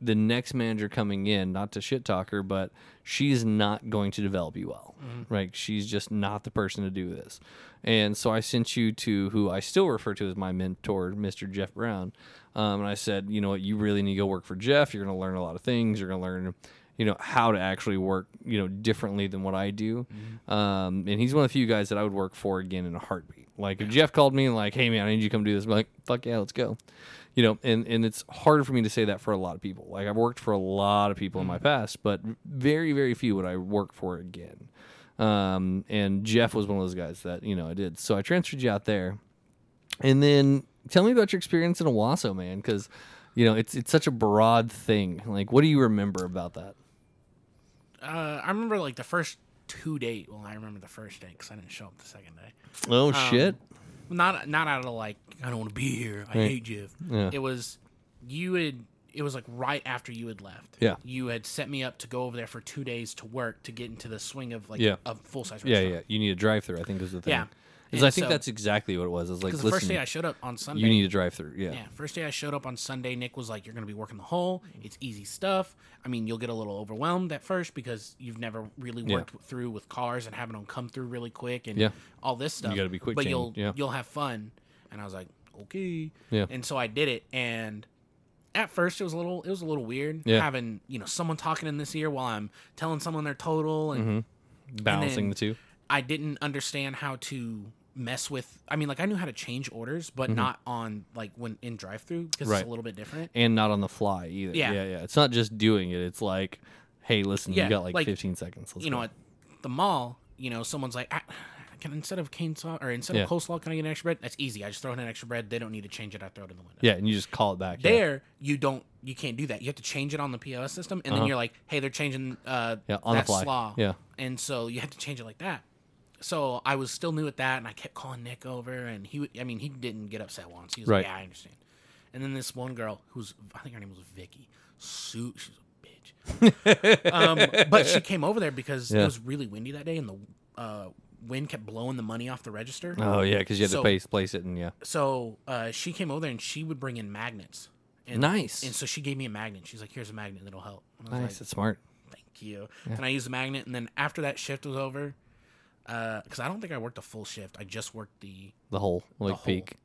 Speaker 1: The next manager coming in, not to shit talk her, but she's not going to develop you well. Right? She's just not the person to do this. And so I sent you to who I still refer to as my mentor, Mr. Jeff Brown. Um, and I said, you know what? You really need to go work for Jeff. You're going to learn a lot of things. You're going to learn you know how to actually work you know differently than what I do. Um, and he's one of the few guys that I would work for again in a heartbeat. Like if Jeff called me and like, hey man, I need you to come do this, I'm like, fuck yeah, let's go. You know, and and it's hard for me to say that for a lot of people. Like I've worked for a lot of people in my past, but very very few would I work for again. Um, and Jeff was one of those guys that you know I did. So I transferred you out there. And then tell me about your experience in Owasso, man, because you know it's it's such a broad thing. Like, what do you remember about that?
Speaker 2: Uh, I remember like the first two date. Well, I remember the first day because I didn't show up the second day.
Speaker 1: Oh
Speaker 2: Um,
Speaker 1: shit!
Speaker 2: Not not out of like I don't want to be here. I hate Jeff.
Speaker 1: Yeah.
Speaker 2: It was you had. It was like right after you had left.
Speaker 1: Yeah.
Speaker 2: You had set me up to go over there for two days to work to get into the swing of like
Speaker 1: Yeah.
Speaker 2: a full size
Speaker 1: Yeah,
Speaker 2: restaurant.
Speaker 1: yeah. You need a drive through. I think is the thing.
Speaker 2: Yeah.
Speaker 1: Because
Speaker 2: And
Speaker 1: I think
Speaker 2: so-
Speaker 1: that's exactly what it was. I was like,
Speaker 2: Because the
Speaker 1: listen,
Speaker 2: first day I showed up on Sunday.
Speaker 1: you need a drive through. Yeah.
Speaker 2: Yeah, first day I showed up on Sunday, Nick was like, "You're gonna be working the hole. It's easy stuff. I mean, you'll get a little overwhelmed at first because you've never really
Speaker 1: Yeah.
Speaker 2: worked through with cars and having them come through really quick and
Speaker 1: Yeah.
Speaker 2: all this stuff.
Speaker 1: gotta be quick
Speaker 2: but
Speaker 1: chain,
Speaker 2: you'll
Speaker 1: yeah.
Speaker 2: you'll have fun." And I was like, "Okay."
Speaker 1: Yeah.
Speaker 2: And so I did it, and at first it was a little it was a little weird
Speaker 1: Yeah.
Speaker 2: having you know someone talking in this ear while I'm telling someone their total
Speaker 1: Mm-hmm.
Speaker 2: and
Speaker 1: Balancing
Speaker 2: then-
Speaker 1: the two.
Speaker 2: I didn't understand how to mess with I mean like I knew how to change orders but not on like when in drive through because
Speaker 1: Mm-hmm. Right.
Speaker 2: it's a little bit different.
Speaker 1: And not on the fly either.
Speaker 2: Yeah.
Speaker 1: yeah, It's not just doing it. It's like, hey, listen, you
Speaker 2: Yeah,
Speaker 1: got like,
Speaker 2: like,
Speaker 1: 15 seconds. Let's
Speaker 2: you
Speaker 1: go.
Speaker 2: know, at the mall, you know, someone's like, I, can instead of cane slaw or instead
Speaker 1: Yeah.
Speaker 2: of coleslaw, can I get an extra bread? That's easy. I just throw in an extra bread. They don't need to change it. I throw it in the window.
Speaker 1: yeah, and you just call it back. yeah.
Speaker 2: There, you don't, you can't do that. You have to change it on the POS system, and then you're like, hey, they're changing uh,
Speaker 1: Uh-huh. Yeah, on the
Speaker 2: that
Speaker 1: fly.
Speaker 2: slaw.
Speaker 1: Yeah.
Speaker 2: and so you had to change it like that. So I was still new at that, and I kept calling Nick over, and he, would- I mean, he didn't get upset once. He was
Speaker 1: Right.
Speaker 2: like, yeah, I understand. And then this one girl, who's I think her name was Vicky, Sue, she's a bitch um, but she came over there because
Speaker 1: Yeah.
Speaker 2: it was really windy that day, and the uh, wind kept blowing the money off the register.
Speaker 1: Oh yeah, because you had to
Speaker 2: So-
Speaker 1: place, place it and yeah.
Speaker 2: So uh, she came over there, and she would bring in magnets. And,
Speaker 1: Nice.
Speaker 2: And so she gave me a magnet. She's like, "Here's a magnet that'll help." And I was
Speaker 1: Nice. That's smart.
Speaker 2: like, "Thank you." And I used the magnet, and then after that shift was over, because I don't think I worked a full shift. I just worked the.
Speaker 1: The whole like
Speaker 2: whole.
Speaker 1: peak.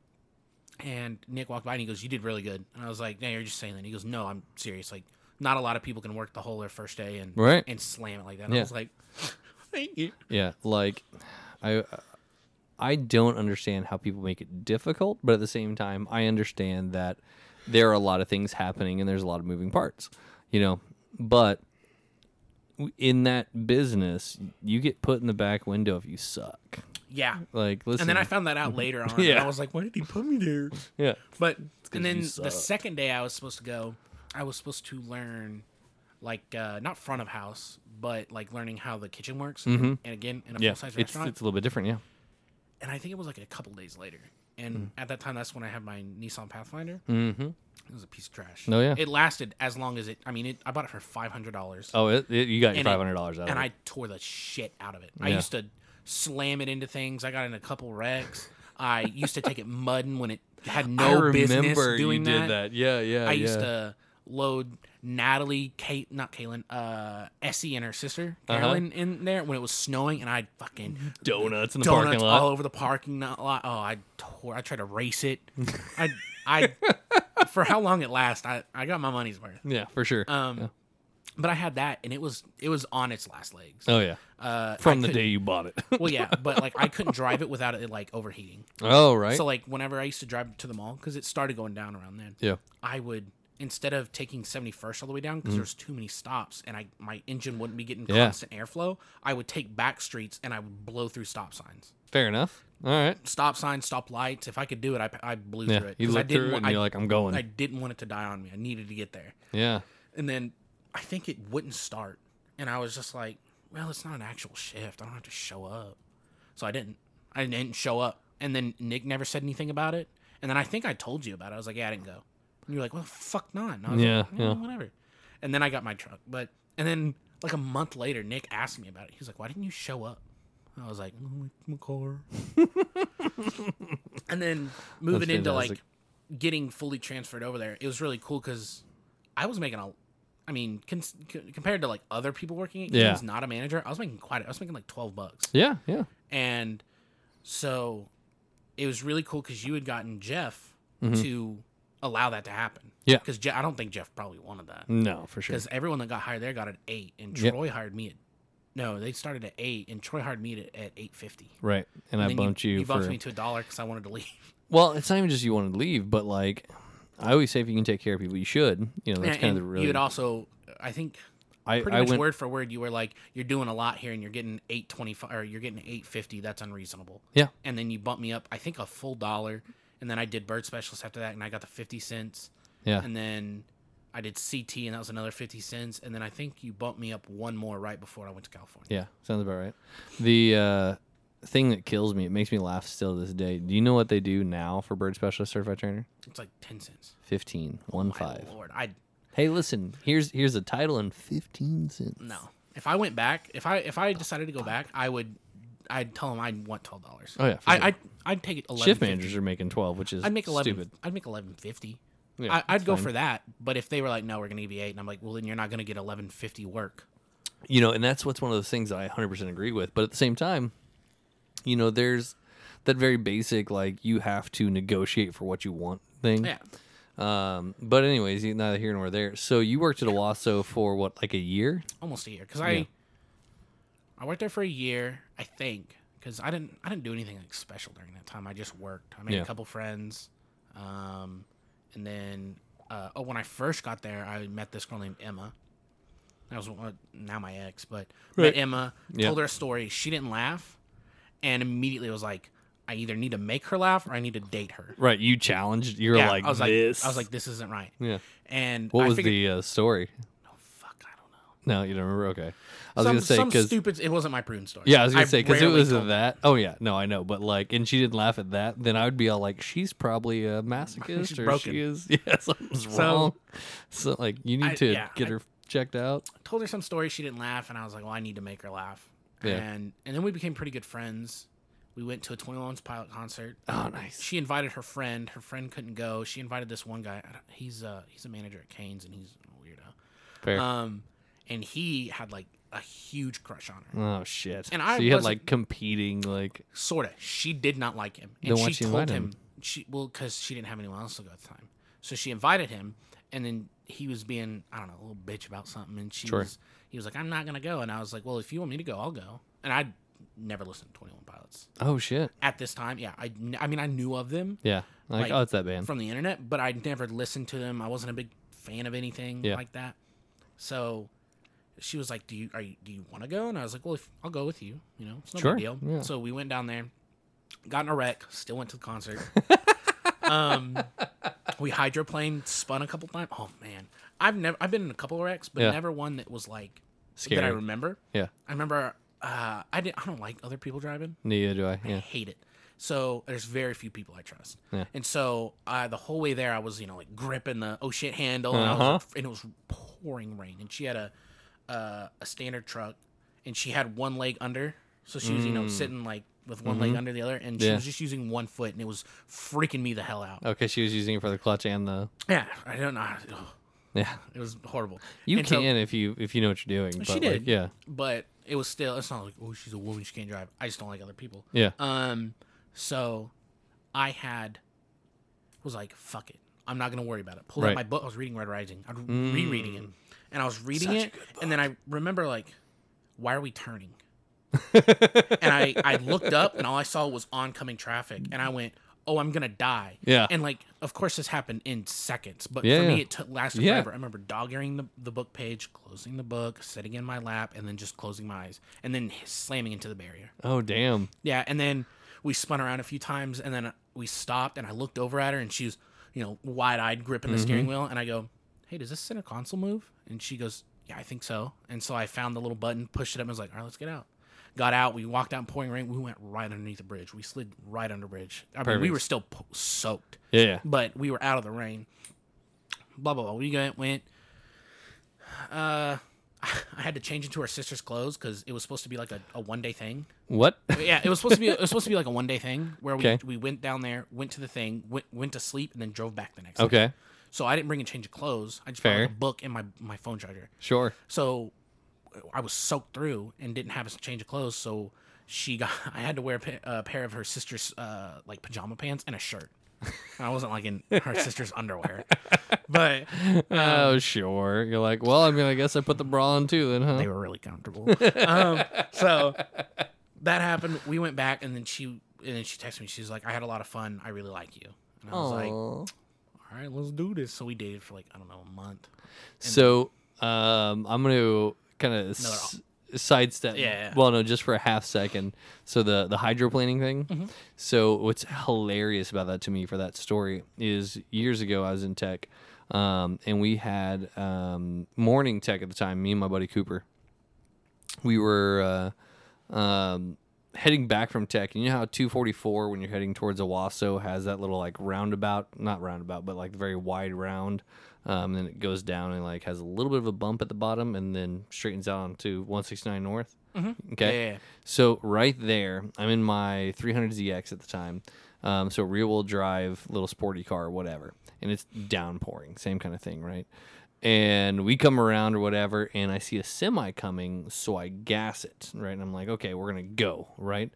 Speaker 2: And Nick walked by and he goes, "You did really good." And I was like, "No, you're just saying that." And he goes, "No, I'm serious. Like, not a lot of people can work the whole their first day and
Speaker 1: Right.
Speaker 2: and slam it like that." And
Speaker 1: Yeah.
Speaker 2: I was like, "Thank you."
Speaker 1: Yeah, like I I don't understand how people make it difficult, but at the same time, I understand that there are a lot of things happening and there's a lot of moving parts, you know. But w- in that business, you get put in the back window if you suck.
Speaker 2: Yeah.
Speaker 1: Like listen,
Speaker 2: And then I found that out later on.
Speaker 1: Yeah.
Speaker 2: And I was like, why did he put me there?
Speaker 1: yeah,
Speaker 2: But
Speaker 1: 'cause
Speaker 2: and then
Speaker 1: you
Speaker 2: the
Speaker 1: suck.
Speaker 2: second day I was supposed to go, I I was supposed to learn, like uh, not front of house, but like learning how the kitchen works. And, and again, in a
Speaker 1: Mm-hmm. Yeah,
Speaker 2: full size
Speaker 1: it's it's a
Speaker 2: restaurant.
Speaker 1: little bit different. Yeah.
Speaker 2: and I think it was like a couple days later. And at that time, that's when I had my Nissan Pathfinder.
Speaker 1: Mm. Mm-hmm.
Speaker 2: It was a piece of trash.
Speaker 1: Oh, yeah.
Speaker 2: It lasted as long as it. I mean, it, I bought it for five hundred dollars,
Speaker 1: Oh, it, it, you got your
Speaker 2: And it-
Speaker 1: five hundred dollars out
Speaker 2: and
Speaker 1: of
Speaker 2: I
Speaker 1: it.
Speaker 2: tore the shit out of it. I
Speaker 1: Yeah.
Speaker 2: used to slam it into things. I got in a couple wrecks. I used to take it mudding when it had no business doing
Speaker 1: you did that. Yeah, yeah.
Speaker 2: I used to load Natalie, Kate, not Caitlin, uh, Essie and her sister
Speaker 1: Uh-huh.
Speaker 2: Carolyn in there when it was snowing, and I fucking
Speaker 1: donuts in the parking
Speaker 2: donuts
Speaker 1: lot.
Speaker 2: all over the parking lot. Oh, I tore. I tried to race it. I, I, for how long it lasts, I, I got my money's worth.
Speaker 1: yeah, for sure.
Speaker 2: Um, but I had that, and it was it was on its last legs.
Speaker 1: oh yeah,
Speaker 2: Uh,
Speaker 1: from the
Speaker 2: I couldn't-
Speaker 1: day you bought it.
Speaker 2: Well, yeah, but like I couldn't drive it without it like overheating.
Speaker 1: oh right.
Speaker 2: So like whenever I used to drive to the mall because it started going down around then.
Speaker 1: yeah.
Speaker 2: I would instead of taking 71st all the way down because there's too many stops and I my engine wouldn't be getting
Speaker 1: Mm. Yeah.
Speaker 2: constant airflow, I would take back streets and I would blow through stop signs.
Speaker 1: Fair enough. All right.
Speaker 2: Stop signs, stop lights. If I could do it, I, I blew
Speaker 1: Yeah.
Speaker 2: through it.
Speaker 1: You
Speaker 2: 'cause I
Speaker 1: look
Speaker 2: didn't
Speaker 1: through it
Speaker 2: wa-
Speaker 1: and
Speaker 2: I,
Speaker 1: you're like, "Hmm." I'm going.
Speaker 2: I didn't want it to die on me. I needed to get there.
Speaker 1: yeah.
Speaker 2: And then I think it wouldn't start. And I was just like, well, it's not an actual shift. I don't have to show up. So I didn't. I didn't show up. And then Nick never said anything about it. And then I think I told you about it. I was like, yeah, I didn't go. And you're like, well, fuck not. And I was
Speaker 1: Yeah,
Speaker 2: like, yeah,
Speaker 1: yeah.
Speaker 2: whatever. And then I got my truck. But, and then like a month later, Nick asked me about it. He was like, why didn't you show up? And I was like, "Mm, my car. and then moving into like
Speaker 1: fantastic.
Speaker 2: getting fully transferred over there, it was really cool because I was making a, I mean, cons- c- compared to like other people working at
Speaker 1: Yeah.
Speaker 2: games, not a manager, I was making quite. I was making like twelve bucks,
Speaker 1: Yeah. Yeah.
Speaker 2: and so it was really cool because you had gotten Jeff to allow that to happen.
Speaker 1: Mm-hmm. Yeah. Mm.
Speaker 2: because Je- I don't think Jeff probably wanted that
Speaker 1: No, for sure.
Speaker 2: because everyone that got hired there got an eight, and
Speaker 1: Yep.
Speaker 2: Troy hired me at. No, they started at eight, and Troy hired me at, at eight fifty.
Speaker 1: Right. And, I
Speaker 2: then
Speaker 1: bumped you,
Speaker 2: You bumped
Speaker 1: for
Speaker 2: me to a dollar because I wanted to leave.
Speaker 1: Well, it's not even just you want to leave, but like I always say if you can take care of people, you should. You know, that's
Speaker 2: And-
Speaker 1: kind of the
Speaker 2: and
Speaker 1: really
Speaker 2: You had also, I think,
Speaker 1: I,
Speaker 2: pretty
Speaker 1: I
Speaker 2: much
Speaker 1: went
Speaker 2: word for word, you were like, "You're doing a lot here, and you're getting eight twenty five, or you're getting eight fifty. That's unreasonable."
Speaker 1: Yeah.
Speaker 2: And then you bumped me up, I think, a full dollar, and then I did bird specialist after that, and I got the fifty cents,
Speaker 1: Yeah.
Speaker 2: and then I did CT, and that was another fifty cents, and then I think you bumped me up one more right before I went to California.
Speaker 1: Yeah, sounds about right. The uh, thing that kills me, it makes me laugh still to this day. Do you know what they do now for bird specialist certified trainer?
Speaker 2: It's like ten cents.
Speaker 1: 15, one
Speaker 2: My
Speaker 1: five.
Speaker 2: Lord, I
Speaker 1: Hey, listen, here's here's a title and 15 cents.
Speaker 2: no. If I went back, if I if I decided to go back, I would. I'd tell them I would want twelve dollars.
Speaker 1: Oh, yeah, for sure.
Speaker 2: I I'd, I'd take it eleven.
Speaker 1: Shift managers are making 12, which is
Speaker 2: I'd make eleven.
Speaker 1: stupid.
Speaker 2: I'd make eleven fifty.
Speaker 1: Yeah,
Speaker 2: I, I'd go for that. But if they were like, "No, we're gonna give you eight, and I'm like, "Well, then you're not gonna get eleven fifty work."
Speaker 1: you know, and that's what's one of those things that I 100% agree with. But at the same time, you know, there's that very basic like you have to negotiate for what you want thing.
Speaker 2: Yeah,
Speaker 1: Um, but anyways, neither here nor there. So you worked at Owasso for what, like a year?
Speaker 2: almost a year because I
Speaker 1: Yeah.
Speaker 2: I worked there for a year, I think, because I didn't I didn't do anything like special during that time. I just worked. I made
Speaker 1: Yeah.
Speaker 2: a couple friends, um, and then uh, oh, when I first got there, I met this girl named Emma. That was one- now my ex, but
Speaker 1: Right.
Speaker 2: met Emma.
Speaker 1: Yeah.
Speaker 2: Told her a story. She didn't laugh, and immediately was like, "I either need to make her laugh or I need to date her."
Speaker 1: Right, you challenged. You're like
Speaker 2: I was
Speaker 1: this.
Speaker 2: like, I was like, this isn't right.
Speaker 1: yeah.
Speaker 2: And
Speaker 1: What
Speaker 2: I
Speaker 1: was
Speaker 2: figured,
Speaker 1: the uh, story?
Speaker 2: oh, fuck, I don't know.
Speaker 1: No, you don't remember. Okay, I was
Speaker 2: some,
Speaker 1: gonna say
Speaker 2: some
Speaker 1: because
Speaker 2: stupid. It wasn't my prune story.
Speaker 1: yeah, I was gonna
Speaker 2: I
Speaker 1: say because it
Speaker 2: rarely
Speaker 1: was
Speaker 2: told-
Speaker 1: that. Oh yeah, no, I know, but like, and she didn't laugh at that. Then I would be all like, she's probably a masochist
Speaker 2: She's
Speaker 1: or
Speaker 2: broken.
Speaker 1: she is. Yeah, something's
Speaker 2: So-
Speaker 1: wrong. So like, you need
Speaker 2: I-
Speaker 1: to
Speaker 2: yeah,
Speaker 1: get
Speaker 2: I-
Speaker 1: her checked out.
Speaker 2: told her some story. She didn't laugh, and I was like, well, I need to make her laugh.
Speaker 1: Yeah.
Speaker 2: And and then we became pretty good friends. We went to a Twenty One Pilot concert.
Speaker 1: Oh, nice.
Speaker 2: She invited her friend. Her friend couldn't go. She invited this one guy. I don't- He's uh he's a manager at Canes, and he's a weirdo.
Speaker 1: Fair.
Speaker 2: Um, and he had like a huge crush on her.
Speaker 1: oh shit.
Speaker 2: and I
Speaker 1: so you had
Speaker 2: wasn't-
Speaker 1: like competing like.
Speaker 2: sort of. She did not like him, and
Speaker 1: Then why'd
Speaker 2: she,
Speaker 1: she
Speaker 2: told
Speaker 1: invite
Speaker 2: him,
Speaker 1: him?
Speaker 2: she well because she didn't have anyone else to go at the time, so she invited him, and then he was being I don't know a little bitch about something, and she
Speaker 1: Sure.
Speaker 2: was he was like I'm not gonna go, and I was like well if you want me to go I'll go, and I never listened to Twenty One Pilots
Speaker 1: Oh shit.
Speaker 2: at this time. Yeah, I kn- I mean I knew of them
Speaker 1: Yeah. Like,
Speaker 2: Like,
Speaker 1: oh, it's that band.
Speaker 2: from the internet, but I never listened to them. I wasn't a big fan of anything
Speaker 1: Yeah.
Speaker 2: like that. So she was like, "Do you are you, do you want to go?" And I was like, "Well, if, I'll go with you. You know, it's no
Speaker 1: Sure,
Speaker 2: big deal."
Speaker 1: yeah.
Speaker 2: So we went down there, got in a wreck, still went to the concert. um, we hydroplaned, spun a couple times. Oh man, I've never I've been in a couple wrecks, but
Speaker 1: Yeah.
Speaker 2: never one that was like that I
Speaker 1: Scary.
Speaker 2: remember.
Speaker 1: Yeah.
Speaker 2: I remember uh, I didn't I don't like other people driving.
Speaker 1: Neither do I.
Speaker 2: I
Speaker 1: Yeah.
Speaker 2: hate it. So there's very few people I trust.
Speaker 1: Yeah.
Speaker 2: And so uh, the whole way there, I was you know like gripping the oh shit handle, and, I was,
Speaker 1: Uh-huh.
Speaker 2: like, f- and it was pouring rain. And she had a uh, a standard truck, and she had one leg under, so she was you know sitting like with one leg under the other, and she
Speaker 1: Mm. Mm-hmm. Yeah. Uh.
Speaker 2: was just using one foot, and it was freaking me the hell out.
Speaker 1: Okay, she was using it for the clutch and the
Speaker 2: Yeah, I don't know. Ugh,
Speaker 1: yeah.
Speaker 2: It was horrible.
Speaker 1: You
Speaker 2: And so-
Speaker 1: can if you if you know what you're doing. But
Speaker 2: She
Speaker 1: like,
Speaker 2: did.
Speaker 1: yeah.
Speaker 2: but it was still. It's not like oh she's a woman she can't drive. I just don't like other people.
Speaker 1: Yeah.
Speaker 2: Um, so I had was like, fuck it, I'm not gonna worry about it. Pulled
Speaker 1: Right. Mm.
Speaker 2: out my book. I was reading Red Rising. I'm rereading it, and I was reading
Speaker 1: Such a
Speaker 2: it, and then I remember like, why are we turning? and I I looked up, and all I saw was oncoming traffic, and I went. Oh, I'm gonna die.
Speaker 1: Yeah.
Speaker 2: And like, of course, this happened in seconds, but
Speaker 1: Yeah,
Speaker 2: for me,
Speaker 1: yeah.
Speaker 2: it took lasted
Speaker 1: Yeah.
Speaker 2: forever. I remember dog earing the, the book page, closing the book, sitting in my lap, and then just closing my eyes, and then slamming into the barrier.
Speaker 1: Oh damn.
Speaker 2: Yeah, and then we spun around a few times, and then we stopped, and I looked over at her, and she was, you know, wide eyed gripping the
Speaker 1: Mm-hmm.
Speaker 2: steering wheel, and I go, "Hey, does this center console move?" And she goes, "Yeah, I think so." And so I found the little button, pushed it up, and was like, "All right, let's get out." Got out. We walked out in pouring rain. We went right underneath the bridge. We slid right under bridge. I mean, we
Speaker 1: Perfect.
Speaker 2: were still po- soaked
Speaker 1: Yeah. yeah.
Speaker 2: but we were out of the rain. Blah blah blah. We went went. Uh, I had to change into her sister's clothes because it was supposed to be like a, a one day thing.
Speaker 1: What?
Speaker 2: But yeah, it was supposed to be it was supposed to be like a one day thing where we,
Speaker 1: Okay.
Speaker 2: we went down there, went to the thing, went went to sleep, and then drove back the next. day.
Speaker 1: okay.
Speaker 2: So I didn't bring a change of clothes. I just brought like,
Speaker 1: Oh. Fair.
Speaker 2: a book and my my phone charger.
Speaker 1: Sure.
Speaker 2: So uh, I was soaked through and didn't have a change of clothes. So she got I had to wear a, pa- a pair of her sister's uh, like pajama pants and a shirt. And I wasn't like in her sister's underwear, but
Speaker 1: oh sure. You're like, well, I mean, I guess I put the bra on too, then, huh?
Speaker 2: they were really comfortable. Um, so that happened. We went back and then she and then she texted me. She's like, "I had a lot of fun. I really like you." And I was like, "All
Speaker 1: Aw.
Speaker 2: right, let's do this." So we dated for like I don't know a month.
Speaker 1: So um, I'm gonna kind of s- sidestep.
Speaker 2: Yeah.
Speaker 1: Well, no, just for a half second. So the the hydroplaning thing.
Speaker 2: Mm-hmm.
Speaker 1: So what's hilarious about that to me for that story is years ago I was in tech, um, and we had um, morning tech at the time. Me and my buddy Cooper. We were. Uh, um, heading back from tech and you know how 244 when you're heading towards owasso has that little like roundabout not roundabout but like very wide round um, and then it goes down and like has a little bit of a bump at the bottom and then straightens out onto 169 north okay
Speaker 2: Yeah, yeah, yeah.
Speaker 1: so right there i'm in my 300zx at the time um, so rear wheel drive little sporty car whatever and it's downpouring same kind of thing right and we come around or whatever and i see a semi coming so i gas it right and i'm like okay we're gonna go right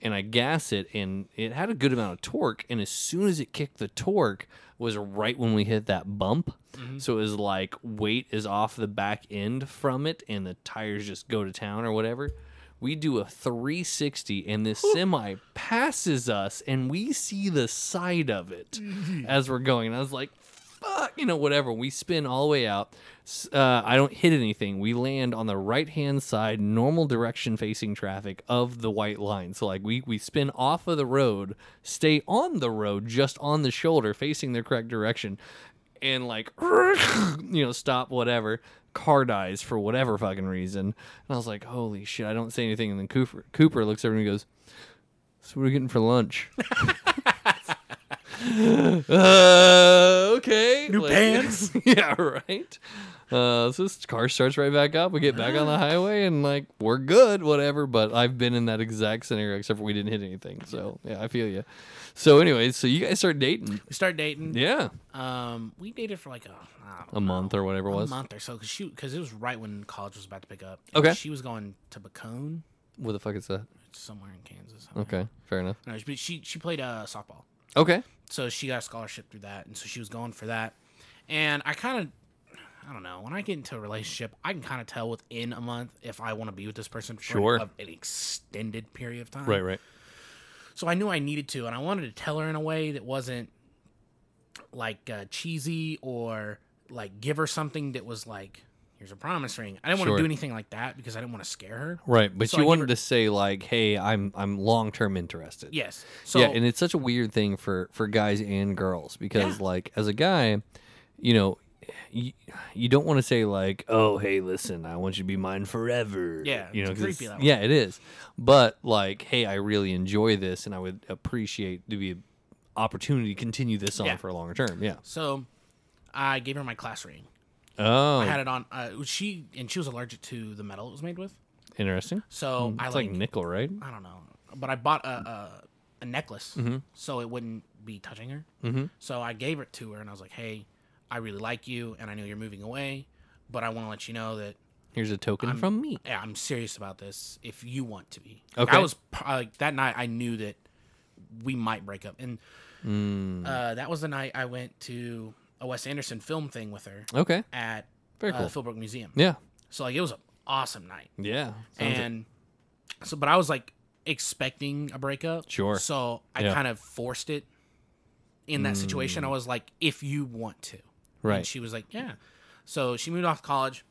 Speaker 1: and i gas it and it had a good amount of torque and as soon as it kicked the torque was right when we hit that bump so it was like weight is off the back end from it and the tires just go to town or whatever we do a 360 and this semi passes us and we see the side of it as we're going and i was like fuck you know whatever we spin all the way out S- uh, i don't hit anything we land on the right hand side normal direction facing traffic of the white line so like we, we spin off of the road stay on the road just on the shoulder facing the correct direction and like you know stop whatever car dies for whatever fucking reason and i was like holy shit i don't say anything and then cooper cooper looks over and goes so what are we getting for lunch uh, okay
Speaker 2: New pants?
Speaker 1: yeah right uh, so this car starts right back up we get back on
Speaker 2: Ah.
Speaker 1: the highway and like we're good whatever but i've been in that exact scenario except for we didn't hit anything so yeah i feel you so anyways so you guys start dating
Speaker 2: We started dating.
Speaker 1: yeah
Speaker 2: Um, we dated for like a, I don't
Speaker 1: a month or whatever it
Speaker 2: a
Speaker 1: was
Speaker 2: month or so because she because it was right when college was about to pick up.
Speaker 1: Okay.
Speaker 2: she was going to Bacone,
Speaker 1: What the fuck is that?
Speaker 2: somewhere in Kansas. I don't know.
Speaker 1: Okay, fair enough.
Speaker 2: No, but she she played uh, softball,
Speaker 1: Okay,
Speaker 2: so she got a scholarship through that, and so she was going for that. And I kind of. I don't know. When I get into a relationship, I can kind of tell within a month if I want to be with this person for
Speaker 1: Sure.
Speaker 2: an, an extended period of time.
Speaker 1: right.
Speaker 2: So I knew I needed to, and I wanted to tell her in a way that wasn't like uh, cheesy or like give her something that was like, here's a promise ring. I didn't want
Speaker 1: Sure.
Speaker 2: to do anything like that because I didn't want to scare her.
Speaker 1: Right, but
Speaker 2: So I
Speaker 1: you
Speaker 2: give
Speaker 1: wanted
Speaker 2: her-
Speaker 1: to say like, "Hey, I'm I'm long term interested."
Speaker 2: Yes. So
Speaker 1: yeah, and it's such a weird thing for for guys and girls because
Speaker 2: Yeah.
Speaker 1: like as a guy, you know, you, you don't want to say like, "Oh, hey, listen, I want you to be mine forever."
Speaker 2: Yeah,
Speaker 1: you know,
Speaker 2: it's
Speaker 1: 'cause
Speaker 2: creepy that way.
Speaker 1: yeah, it is. But like, hey, I really enjoy this, and I would appreciate to be an opportunity to continue this on
Speaker 2: Yeah.
Speaker 1: for a longer term. Yeah.
Speaker 2: so I gave her my class ring.
Speaker 1: Oh,
Speaker 2: I had it on. Uh, she and she was allergic to the metal it was made with.
Speaker 1: interesting.
Speaker 2: So I
Speaker 1: Hmm, It's
Speaker 2: like,
Speaker 1: like nickel, right?
Speaker 2: I don't know, but I bought a a, a necklace
Speaker 1: Mm-hmm.
Speaker 2: so it wouldn't be touching her. Mm-hmm. So I gave it to her and I was like, hey, I really like you and I know you're moving away, but I want to let you know that
Speaker 1: Here's a token from me.
Speaker 2: yeah, I'm serious about this. If you want to be, Like,
Speaker 1: Okay.
Speaker 2: I was pr- like that night. I knew that we might break up, and
Speaker 1: Mm.
Speaker 2: uh, that was the night I went to a Wes Anderson film thing with her
Speaker 1: Okay.
Speaker 2: at
Speaker 1: Very
Speaker 2: uh,
Speaker 1: cool.
Speaker 2: Philbrook Museum.
Speaker 1: Yeah.
Speaker 2: So like it was an awesome night,
Speaker 1: Yeah. Sounds-
Speaker 2: and so but I was like expecting a breakup.
Speaker 1: Sure.
Speaker 2: So I
Speaker 1: Yeah. Mm.
Speaker 2: kind of forced it in that situation. I was like, if you want to,
Speaker 1: Right.
Speaker 2: And she was like, yeah. So she moved off to college,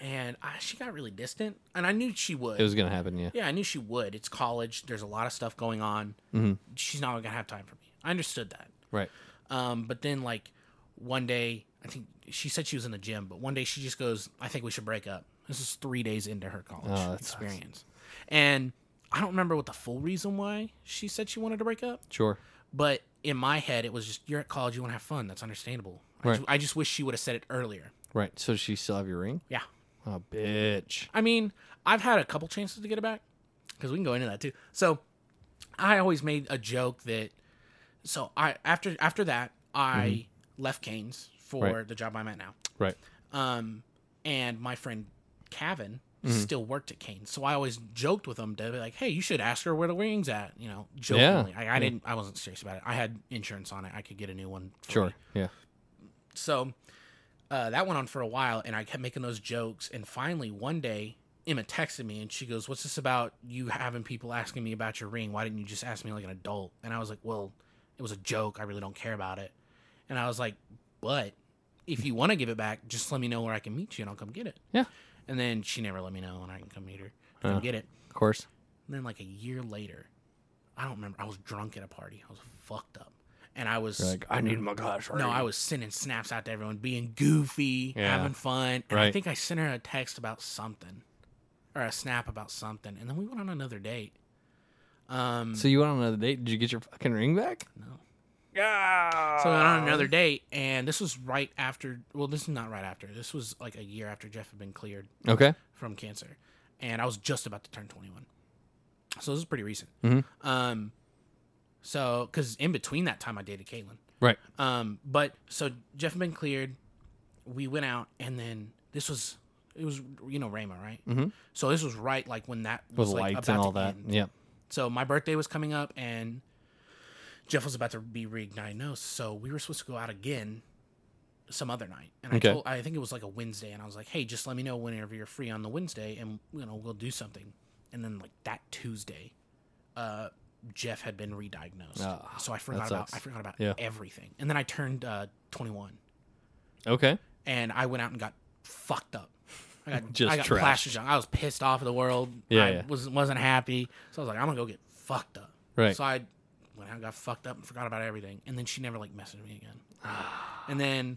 Speaker 2: and I, she got really distant, and I knew she would.
Speaker 1: it was gonna happen. Yeah.
Speaker 2: Yeah, I knew she would. It's college. There's a lot of stuff going on.
Speaker 1: Mm-hmm.
Speaker 2: She's not gonna have time for me. I understood that.
Speaker 1: Right.
Speaker 2: Um, but then like one day, I think she said she was in the gym, but one day she just goes, "I think we should break up." This is three days into her college
Speaker 1: Oh, that sucks.
Speaker 2: experience, and I don't remember what the full reason why she said she wanted to break up,
Speaker 1: Sure.
Speaker 2: but in my head it was just, "You're at college, you want to have fun. That's understandable." I,
Speaker 1: Right.
Speaker 2: just, I just wish she would have said it earlier.
Speaker 1: Right. So does she still have your ring?
Speaker 2: Yeah.
Speaker 1: Oh, bitch.
Speaker 2: I mean, I've had a couple chances to get it back because we can go into that too. So I always made a joke that so I after after that I left Canes for
Speaker 1: Mm-hmm. Right.
Speaker 2: the job I'm at now.
Speaker 1: Right.
Speaker 2: Um, and my friend Kevin
Speaker 1: Mm-hmm.
Speaker 2: still worked at Canes, so I always joked with him to be like, "Hey, you should ask her where the ring's at." You know, jokingly. I, I didn't. I wasn't serious about it. I had insurance on it. I could get a new one. for
Speaker 1: Sure.
Speaker 2: me.
Speaker 1: Yeah.
Speaker 2: So uh, that went on for a while, and I kept making those jokes. And finally, one day, Emma texted me, and she goes, "What's this about you having people asking me about your ring? Why didn't you just ask me like an adult?" And I was like, "Well, it was a joke. I really don't care about it." And I was like, "But if you want to give it back, just let me know where I can meet you, and I'll come get it."
Speaker 1: Yeah.
Speaker 2: And then she never let me know, and I can come meet her, come
Speaker 1: Huh.
Speaker 2: get it.
Speaker 1: Of course.
Speaker 2: And then like a year later, I don't remember. I was drunk at a party. I was fucked up, and I was
Speaker 1: Like I need my gosh.
Speaker 2: no, I was sending snaps out to everyone, being goofy,
Speaker 1: Yeah.
Speaker 2: having fun. And I
Speaker 1: Right.
Speaker 2: think I sent her a text about something, or a snap about something, and then we went on another date. Um,
Speaker 1: So you went on another date? Did you get your fucking ring back?
Speaker 2: No.
Speaker 1: Yeah.
Speaker 2: so we went on another
Speaker 1: Um.
Speaker 2: date, and this was right after. Well, this is not right after. This was like a year after Jeff had been cleared
Speaker 1: Okay.
Speaker 2: from cancer, and I was just about to turn 21. So this is pretty recent.
Speaker 1: Mhm.
Speaker 2: Um, so because in between that time, I dated Caitlin.
Speaker 1: Right.
Speaker 2: Um, but so Jeff had been cleared. We went out, and then this was it was you know Rama, right?
Speaker 1: Mhm.
Speaker 2: So this was right like when that was
Speaker 1: With
Speaker 2: like
Speaker 1: lights
Speaker 2: about
Speaker 1: and
Speaker 2: to
Speaker 1: all that.
Speaker 2: end.
Speaker 1: Yeah.
Speaker 2: So my birthday was coming up, and Jeff was about to be re-diagnosed. So we were supposed to go out again some other night, and
Speaker 1: Okay.
Speaker 2: I told I think it was like a Wednesday, and I was like, hey, just let me know whenever you're free on the Wednesday, and you know we'll do something. And then like that Tuesday, uh, Jeff had been re-diagnosed,
Speaker 1: Ah,
Speaker 2: so I forgot about
Speaker 1: sucks.
Speaker 2: I forgot about
Speaker 1: Yeah.
Speaker 2: everything, and then I turned uh, 21
Speaker 1: Okay.
Speaker 2: and I went out and got fucked up. I got
Speaker 1: Just
Speaker 2: I got
Speaker 1: trashed.
Speaker 2: plastered. I was pissed off at the world.
Speaker 1: Yeah,
Speaker 2: I
Speaker 1: yeah.
Speaker 2: was wasn't happy. So I was like, I'm gonna go get fucked up.
Speaker 1: Right.
Speaker 2: So I went out and got fucked up and forgot about everything. And then she never like messaged me again. and then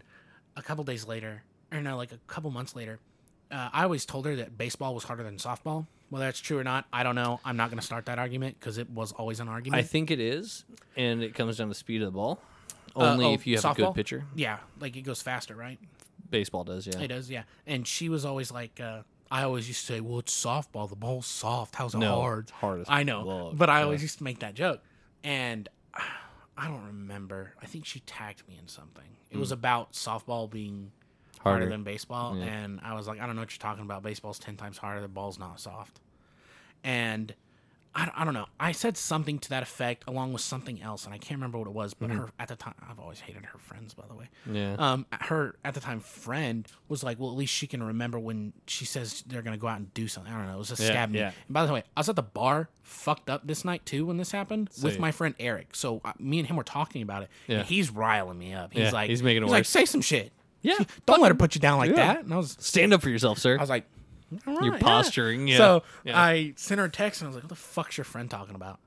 Speaker 2: a couple days later, or no, like a couple months later, uh, I always told her that baseball was harder than softball. Whether that's true or not, I don't know. I'm not gonna start that argument because it was always an argument.
Speaker 1: I think it is, and it comes down to speed of the ball.
Speaker 2: Uh,
Speaker 1: Only
Speaker 2: oh,
Speaker 1: if you have a
Speaker 2: softball?
Speaker 1: good pitcher.
Speaker 2: Yeah, like it goes faster, right?
Speaker 1: Baseball does. Yeah.
Speaker 2: It does, yeah. And she was always like, uh, I always used to say, well, it's softball. The ball's soft. How's it
Speaker 1: No,
Speaker 2: hard?
Speaker 1: it's hard as
Speaker 2: I know.
Speaker 1: fuck,
Speaker 2: but I
Speaker 1: yeah.
Speaker 2: always used to make that joke. And I don't remember. I think she tagged me in something. It was about softball being
Speaker 1: Hmm.
Speaker 2: harder,
Speaker 1: Harder.
Speaker 2: than baseball.
Speaker 1: Yeah.
Speaker 2: And I was like, I don't know what you're talking about. Baseball's 10 times harder. The ball's not soft. And. I, I don't know. I said something to that effect along with something else, and I can't remember what it was. But
Speaker 1: Mm-hmm.
Speaker 2: her at the time, I've always hated her friends, by the way
Speaker 1: Yeah.
Speaker 2: um, her at the time friend was like, well, at least she can remember when she says they're gonna go out and do something. I don't know. It was a
Speaker 1: Yeah,
Speaker 2: stab me.
Speaker 1: yeah.
Speaker 2: And by the way, I was at the bar, fucked up this night too when this happened with
Speaker 1: Sweet.
Speaker 2: my friend Eric. So uh, me and him were talking about it.
Speaker 1: Yeah.
Speaker 2: And he's riling me up. He's
Speaker 1: Yeah,
Speaker 2: like,
Speaker 1: he's making it
Speaker 2: like,
Speaker 1: worse.
Speaker 2: say some shit.
Speaker 1: Yeah.
Speaker 2: Don't let her put you down like
Speaker 1: yeah.
Speaker 2: that. And I was,
Speaker 1: Stand up for yourself, sir.
Speaker 2: I was like, "All right,
Speaker 1: You're
Speaker 2: yeah."
Speaker 1: posturing. Yeah.
Speaker 2: So
Speaker 1: Yeah.
Speaker 2: I sent her a text and I was like, "What the fuck's your friend talking about?"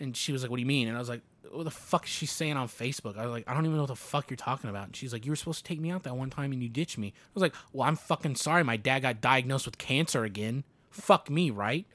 Speaker 2: And she was like, "What do you mean?" And I was like, "What the fuck is she saying on Facebook?" I was like, "I don't even know what the fuck you're talking about." And she's like, "You were supposed to take me out that one time and you ditched me." I was like, "Well, I'm fucking sorry. My dad got diagnosed with cancer again. Fuck me, right?"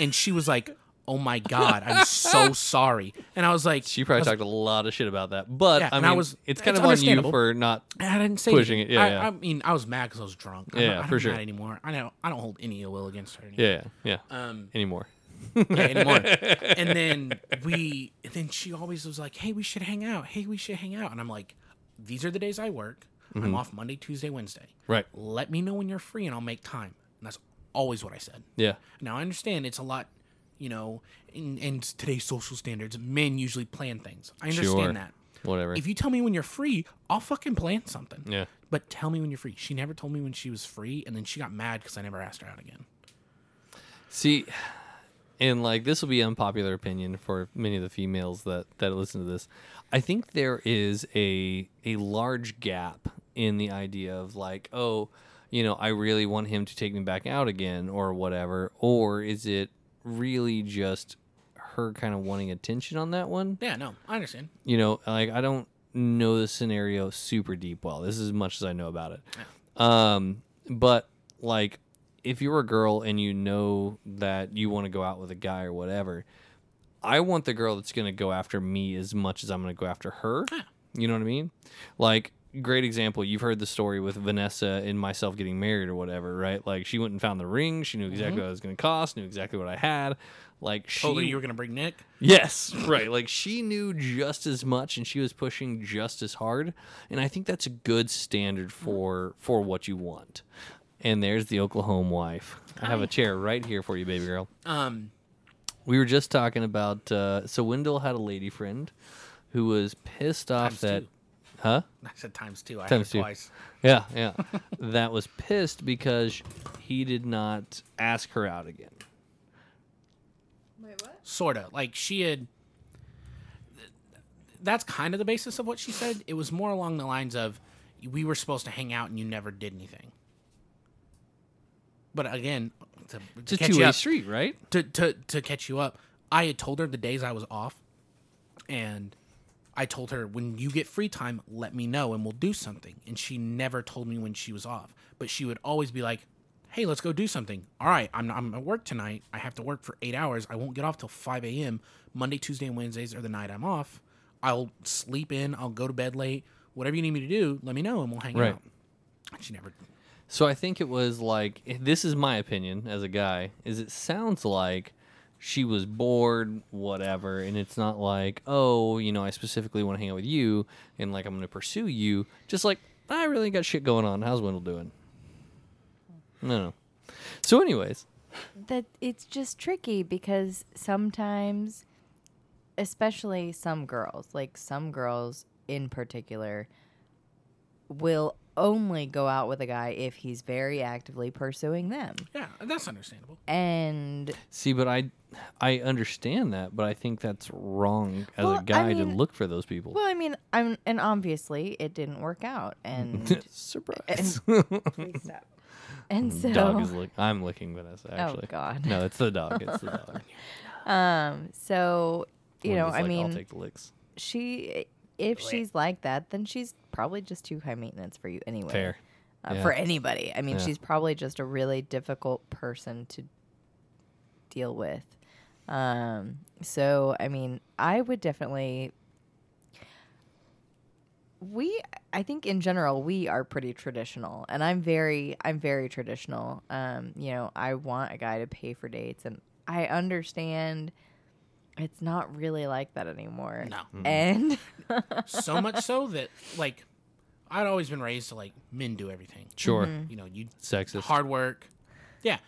Speaker 2: and she was like, "Oh my god, I'm so sorry." And I was like,
Speaker 1: she probably talked a lot of shit about that, but
Speaker 2: Yeah,
Speaker 1: I
Speaker 2: and
Speaker 1: mean,
Speaker 2: I was-
Speaker 1: it's kind
Speaker 2: it's
Speaker 1: of on you
Speaker 2: understandable.
Speaker 1: for not.
Speaker 2: I didn't say
Speaker 1: Pushing
Speaker 2: anything.
Speaker 1: it, yeah,
Speaker 2: I,
Speaker 1: yeah.
Speaker 2: I mean, I was mad because I was drunk. I'm
Speaker 1: Yeah,
Speaker 2: not, I'm
Speaker 1: for
Speaker 2: not
Speaker 1: sure.
Speaker 2: mad anymore. I know I don't hold any ill will against her
Speaker 1: Yeah,
Speaker 2: anymore.
Speaker 1: yeah.
Speaker 2: Um,
Speaker 1: Anymore.
Speaker 2: yeah, anymore. and then we, and then she always was like, "Hey, we should hang out. Hey, we should hang out." And I'm like, "These are the days I work. I'm off Monday, Tuesday, Wednesday.
Speaker 1: Mm-hmm. Right.
Speaker 2: Let me know when you're free, and I'll make time." And that's always what I said.
Speaker 1: Yeah.
Speaker 2: Now I understand it's a lot, you know, in, in today's social standards, men usually plan things. I understand
Speaker 1: Sure.
Speaker 2: that.
Speaker 1: Whatever.
Speaker 2: If you tell me when you're free, I'll fucking plan something.
Speaker 1: yeah.
Speaker 2: But tell me when you're free. She never told me when she was free, and then she got mad because I never asked her out again.
Speaker 1: See, and like this will be unpopular opinion for many of the females that that listen to this. I think there is a a large gap in the idea of like, oh, you know, I really want him to take me back out again or whatever, or is it really just her kind of wanting attention on that one?
Speaker 2: Yeah, no, I understand.
Speaker 1: you know like i don't know the scenario super deep well this is as much as i know about it um but like if you're a girl and you know that you want to go out with a guy or whatever i want the girl that's going to go after me as much as i'm going to go after her you know what i mean like great example you've heard the story with vanessa and myself getting married or whatever right like she went and found the ring she knew exactly what it was going to cost knew exactly what i had like she
Speaker 2: Told her Oh, you were gonna bring Nick.
Speaker 1: Yes, right. Like she knew just as much and she was pushing just as hard, and I think that's a good standard for for what you want. And there's the Oklahoma wife. I have a chair right here for you, baby girl.
Speaker 2: Um,
Speaker 1: We were just talking about uh, so Wendell had a lady friend who was pissed off
Speaker 2: Times
Speaker 1: that
Speaker 2: two.
Speaker 1: huh?
Speaker 2: I said times two. I had
Speaker 1: Times
Speaker 2: it
Speaker 1: two.
Speaker 2: twice.
Speaker 1: Yeah, yeah. that was pissed because he did not ask her out again.
Speaker 3: Wait, what?
Speaker 2: Sorta. Like she had. That's kind of the basis of what she said. It was more along the lines of, "We were supposed to hang out, and you never did anything." But again, to,
Speaker 1: It's a
Speaker 2: to catch
Speaker 1: two
Speaker 2: you
Speaker 1: way
Speaker 2: up,
Speaker 1: street, right?
Speaker 2: to, to to catch you up, I had told her the days I was off, and I told her when you get free time, let me know and we'll do something. And she never told me when she was off, but she would always be like, "Hey, let's go do something." All right, I'm I'm at work tonight. I have to work for eight hours. I won't get off till five a.m. Monday, Tuesday, and Wednesdays are the night I'm off. I'll sleep in. I'll go to bed late. Whatever you need me to do, let me know and we'll hang
Speaker 1: Right.
Speaker 2: out. And she never.
Speaker 1: So I think it was like this is my opinion as a guy is it sounds like she was bored whatever and it's not like oh you know I specifically want to hang out with you and like I'm going to pursue you just like I really got shit going on how's Wendell doing No no So anyways
Speaker 3: That it's just tricky because sometimes, especially some girls, like some girls in particular, will only go out with a guy if he's very actively pursuing them.
Speaker 2: Yeah, that's understandable.
Speaker 3: And
Speaker 1: see but I I understand that but I think that's wrong as
Speaker 3: Well, I
Speaker 1: a guy to
Speaker 3: mean-
Speaker 1: look for those people
Speaker 3: well, I mean, I'm and obviously it didn't work out, and
Speaker 1: Surprise
Speaker 3: and so Oh,
Speaker 1: Dog is look I'm looking Vanessa actually
Speaker 3: God.
Speaker 1: No it's the dog it's the dog
Speaker 3: um, so you know,
Speaker 1: Wendell's
Speaker 3: I
Speaker 1: like,
Speaker 3: mean,
Speaker 1: I'll take the licks.
Speaker 3: she if she's like that then she's probably just too high maintenance for you anyway
Speaker 1: Fair.
Speaker 3: Uh,
Speaker 1: yeah.
Speaker 3: for anybody i mean
Speaker 1: Yeah.
Speaker 3: she's probably just a really difficult person to deal with um so i mean i would definitely we i think in general we are pretty traditional and i'm very i'm very traditional um you know i want a guy to pay for dates and i understand it's not really like that anymore
Speaker 2: No.
Speaker 1: Mm-hmm.
Speaker 3: and
Speaker 2: so much so that like I'd always been raised to like men do everything.
Speaker 1: Sure.
Speaker 2: You know, you
Speaker 1: Sexist.
Speaker 2: hard work. Yeah.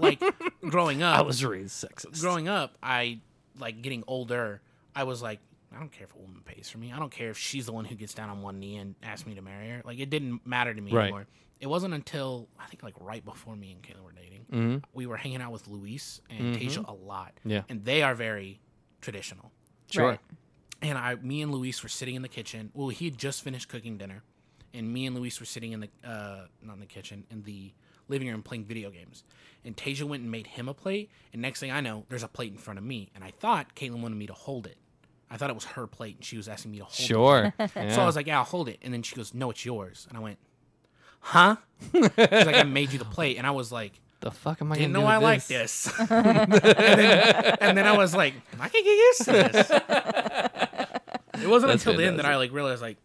Speaker 2: like growing up
Speaker 1: I was raised sexist.
Speaker 2: growing up, I like getting older, I was like, I don't care if a woman pays for me. I don't care if she's the one who gets down on one knee and asks me to marry her. Like it didn't matter to me
Speaker 1: Right.
Speaker 2: anymore. It wasn't until I think like right before me and Kayla were dating,
Speaker 1: Mhm.
Speaker 2: we were hanging out with Luis and Tasia a lot.
Speaker 1: Mm-hmm. Yeah.
Speaker 2: And they are very traditional.
Speaker 1: Sure.
Speaker 3: Right.
Speaker 2: and I, me and Luis were sitting in the kitchen. Well, he had just finished cooking dinner, and me and Luis were sitting in the uh, not in the kitchen in the living room playing video games. And Tasia went and made him a plate, and next thing I know, there's a plate in front of me, and I thought Caitlin wanted me to hold it. I thought it was her plate, and she was asking me to hold it.
Speaker 1: Sure. yeah.
Speaker 2: So I was like, "Yeah, I'll hold it." And then she goes, "No, it's yours." And I went, "Huh?" She's like, "I made you the plate," and I was like,
Speaker 1: the fuck am I
Speaker 2: "Didn't
Speaker 1: gonna
Speaker 2: know
Speaker 1: do
Speaker 2: I
Speaker 1: with
Speaker 2: like this." and, then, and then I was like, "I can get used to this." It wasn't
Speaker 1: That's
Speaker 2: until then that
Speaker 1: fantastic.
Speaker 2: I like realized like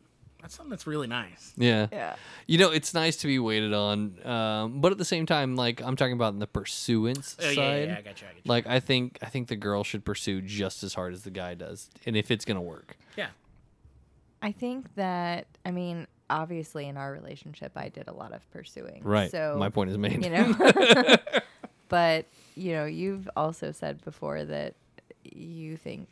Speaker 2: that's something that's really nice.
Speaker 1: Yeah.
Speaker 3: Yeah.
Speaker 1: You know, it's nice to be waited on, um, but at the same time, like I'm talking about in the pursuance
Speaker 2: Oh,
Speaker 1: side.
Speaker 2: yeah, yeah, yeah, I got you. I got you.
Speaker 1: Like I think I think the girl should pursue just as hard as the guy does, and if it's gonna work.
Speaker 2: yeah.
Speaker 3: I think that I mean, obviously in our relationship I did a lot of pursuing. So
Speaker 1: My point is made.
Speaker 3: you know. but, you know, you've also said before that you think,